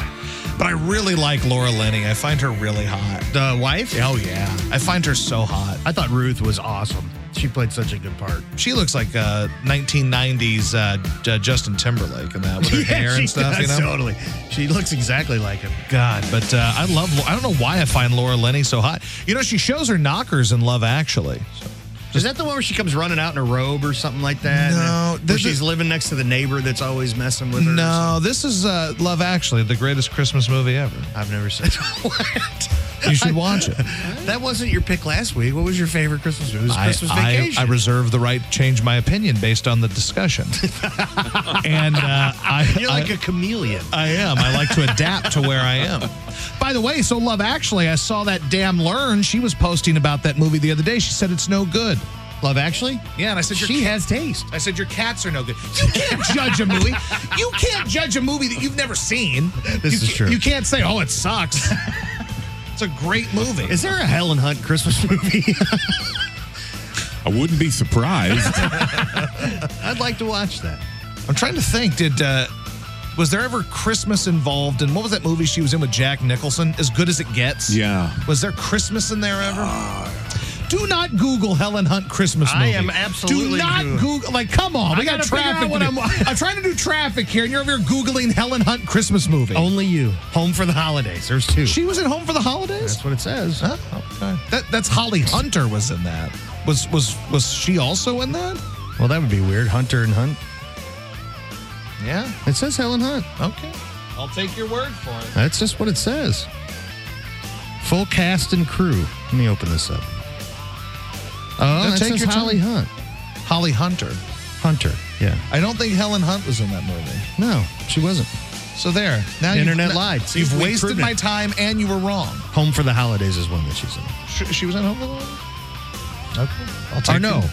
Speaker 1: But I really like Laura Lenny. I find her really hot.
Speaker 2: the wife.
Speaker 1: Oh yeah. I find her so hot. Uh,
Speaker 2: I thought Ruth was awesome. She played such a good part.
Speaker 1: She looks like uh 1990s uh, J- Justin Timberlake and that with her hair
Speaker 2: she
Speaker 1: and stuff, you
Speaker 2: does,
Speaker 1: know.
Speaker 2: Totally. She looks exactly like him.
Speaker 1: God, but uh, I love. I don't know why I find Laura Lenny so hot. You know, she shows her knockers in Love Actually.
Speaker 2: Is that the one where she comes running out in a robe or something like that?
Speaker 1: No,
Speaker 2: Where
Speaker 1: there's a-
Speaker 2: she's living next to the neighbor that's always messing with her. or
Speaker 1: No, this is uh, Love Actually, the greatest Christmas movie ever.
Speaker 2: something? I've never seen. what?
Speaker 1: You should watch it.
Speaker 2: That wasn't your pick last week. What was your favorite Christmas movie? It was
Speaker 1: I,
Speaker 2: Christmas
Speaker 1: I,
Speaker 2: Vacation.
Speaker 1: I reserve the right to change my opinion based on the discussion. and uh, I,
Speaker 2: You're like
Speaker 1: I-
Speaker 2: a chameleon.
Speaker 1: I am. I like to adapt to where I am. By the way, so Love Actually, I saw that damn Learn. She was posting about that movie the other day. She said it's no good.
Speaker 2: Love Actually.
Speaker 1: Yeah, and I said, "Your
Speaker 2: She
Speaker 1: cat-
Speaker 2: has taste.
Speaker 1: I said, your cats are no good. You can't judge a movie. You can't judge a movie that you've never seen.
Speaker 2: This
Speaker 1: You
Speaker 2: is
Speaker 1: ca-
Speaker 2: true.
Speaker 1: You can't say, oh, it sucks. it's a great movie.
Speaker 2: Is there a Helen Hunt Christmas movie?
Speaker 3: I wouldn't be surprised.
Speaker 2: I'd like to watch that.
Speaker 1: I'm trying to think. Did uh, Was there ever Christmas involved? And what was that movie she was in with Jack Nicholson? As good as it gets.
Speaker 3: Yeah.
Speaker 1: Was there Christmas in there ever? Do not Google Helen Hunt Christmas movie.
Speaker 2: I am
Speaker 1: Do
Speaker 2: absolutely
Speaker 1: not
Speaker 2: Googling.
Speaker 1: Google. Like, come on, we
Speaker 2: I
Speaker 1: got
Speaker 2: gotta figure out
Speaker 1: traffic.
Speaker 2: what
Speaker 1: to
Speaker 2: I'm-
Speaker 1: do. I'm trying to do traffic here, and you're over here googling Helen Hunt Christmas movie.
Speaker 2: Only you. Home for the holidays. There's two.
Speaker 1: She was at home for the holidays.
Speaker 2: That's what it says.
Speaker 1: Huh? Okay. That, that's Holly Hunter was in that. Was was was she also in that?
Speaker 2: Well, that would be weird. Hunter and Hunt.
Speaker 1: Yeah.
Speaker 2: It says Helen Hunt.
Speaker 1: Okay. I'll take your word for it.
Speaker 2: That's just what it says. Full cast and crew. Let me open this up. Oh,
Speaker 1: Now
Speaker 2: that
Speaker 1: take
Speaker 2: says
Speaker 1: your time.
Speaker 2: Holly Hunt.
Speaker 1: Holly Hunter.
Speaker 2: Hunter. Yeah.
Speaker 1: I don't think Helen Hunt was in that movie.
Speaker 2: No, she wasn't.
Speaker 1: So there. Now
Speaker 2: The
Speaker 1: you've-
Speaker 2: internet lied. See,
Speaker 1: You've
Speaker 2: we
Speaker 1: wasted
Speaker 2: proved
Speaker 1: my
Speaker 2: it.
Speaker 1: time, and you were wrong.
Speaker 2: Home for the Holidays is one that she's in.
Speaker 1: She, she was in Home Alone. Okay.
Speaker 2: I'll take
Speaker 1: or no.
Speaker 2: it.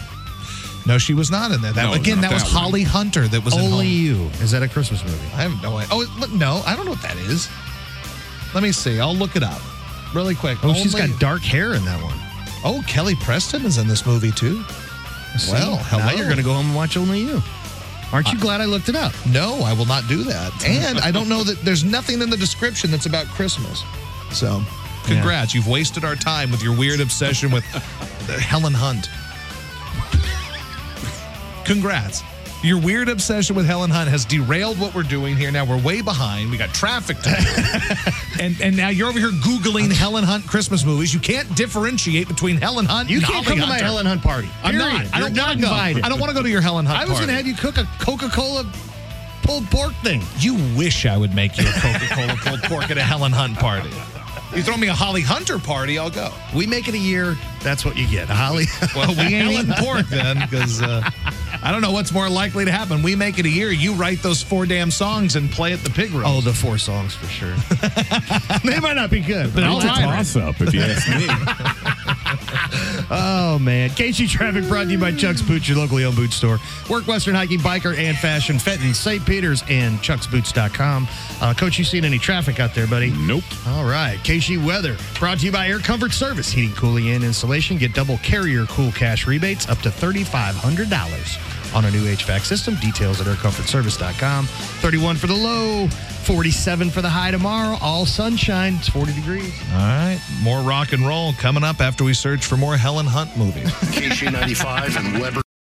Speaker 1: No, she was not in there. That
Speaker 3: No,
Speaker 1: again,
Speaker 3: not
Speaker 1: that was
Speaker 3: that one.
Speaker 1: Holly Hunter that was in
Speaker 2: Only
Speaker 1: Home-
Speaker 2: You. Is that a Christmas movie?
Speaker 1: I have no idea. Oh, it- look, no, I don't know what that is. Let me see. I'll look it up really quick.
Speaker 2: Oh, she's
Speaker 1: Only-
Speaker 2: got dark hair in that one.
Speaker 1: Oh, Kelly Preston is in this movie too. Well,
Speaker 2: See?
Speaker 1: hello.
Speaker 2: Now you're going to go home and watch Only You. Aren't you glad I looked it up?
Speaker 1: No, I will not do that. And I don't know that there's nothing in the description that's about Christmas. So, congrats. You've wasted our time with your weird obsession with uh, Helen Hunt. Congrats. Your weird obsession with Helen Hunt has derailed what we're doing here. Now we're way behind. We got traffic to do. and and now you're over here googling Helen Hunt Christmas movies. You can't differentiate between Helen Hunt.
Speaker 2: You
Speaker 1: and
Speaker 2: can't
Speaker 1: Holly
Speaker 2: come to my
Speaker 1: Hunter.
Speaker 2: Helen Hunt party.
Speaker 1: I'm
Speaker 2: Period.
Speaker 1: not. I
Speaker 2: You're
Speaker 1: don't want
Speaker 2: not
Speaker 1: to go.
Speaker 2: invited.
Speaker 1: I don't want to go to your Helen Hunt.
Speaker 2: I was
Speaker 1: party.
Speaker 2: going to have you cook a Coca Cola pulled pork thing.
Speaker 1: You wish I would make you a Coca Cola pulled pork at a Helen Hunt party. You throw me a Holly Hunter party, I'll go.
Speaker 2: We make it a year. That's what you get. A Holly.
Speaker 1: Well, we ain't eating pork then, because uh, I don't know what's more likely to happen. We make it a year. You write those four damn songs and play at the pig room.
Speaker 2: Oh, the four songs for sure. they might not be good, but I'll
Speaker 3: It's a
Speaker 2: try it.
Speaker 3: toss up, if you ask me.
Speaker 2: Oh man, KC Traffic brought to you by Chuck's Boots, your locally owned boot store. Work Western hiking, biker, and fashion. Fenton, St. Peters, and Chuck'sBoots.com. Uh, Coach, you seen any traffic out there, buddy?
Speaker 3: nope.
Speaker 2: All right, KC Weather brought to you by Air Comfort Service, heating, cooling, and insulation. Get double carrier cool cash rebates up to $3,500 on a new HVAC system. Details at aircomfortservice.com. 31 for the low, 47 for the high tomorrow. All sunshine. It's 40 degrees.
Speaker 1: All right, more rock and roll coming up after we search for more Helen Hunt movies.
Speaker 12: KC95 and Weber.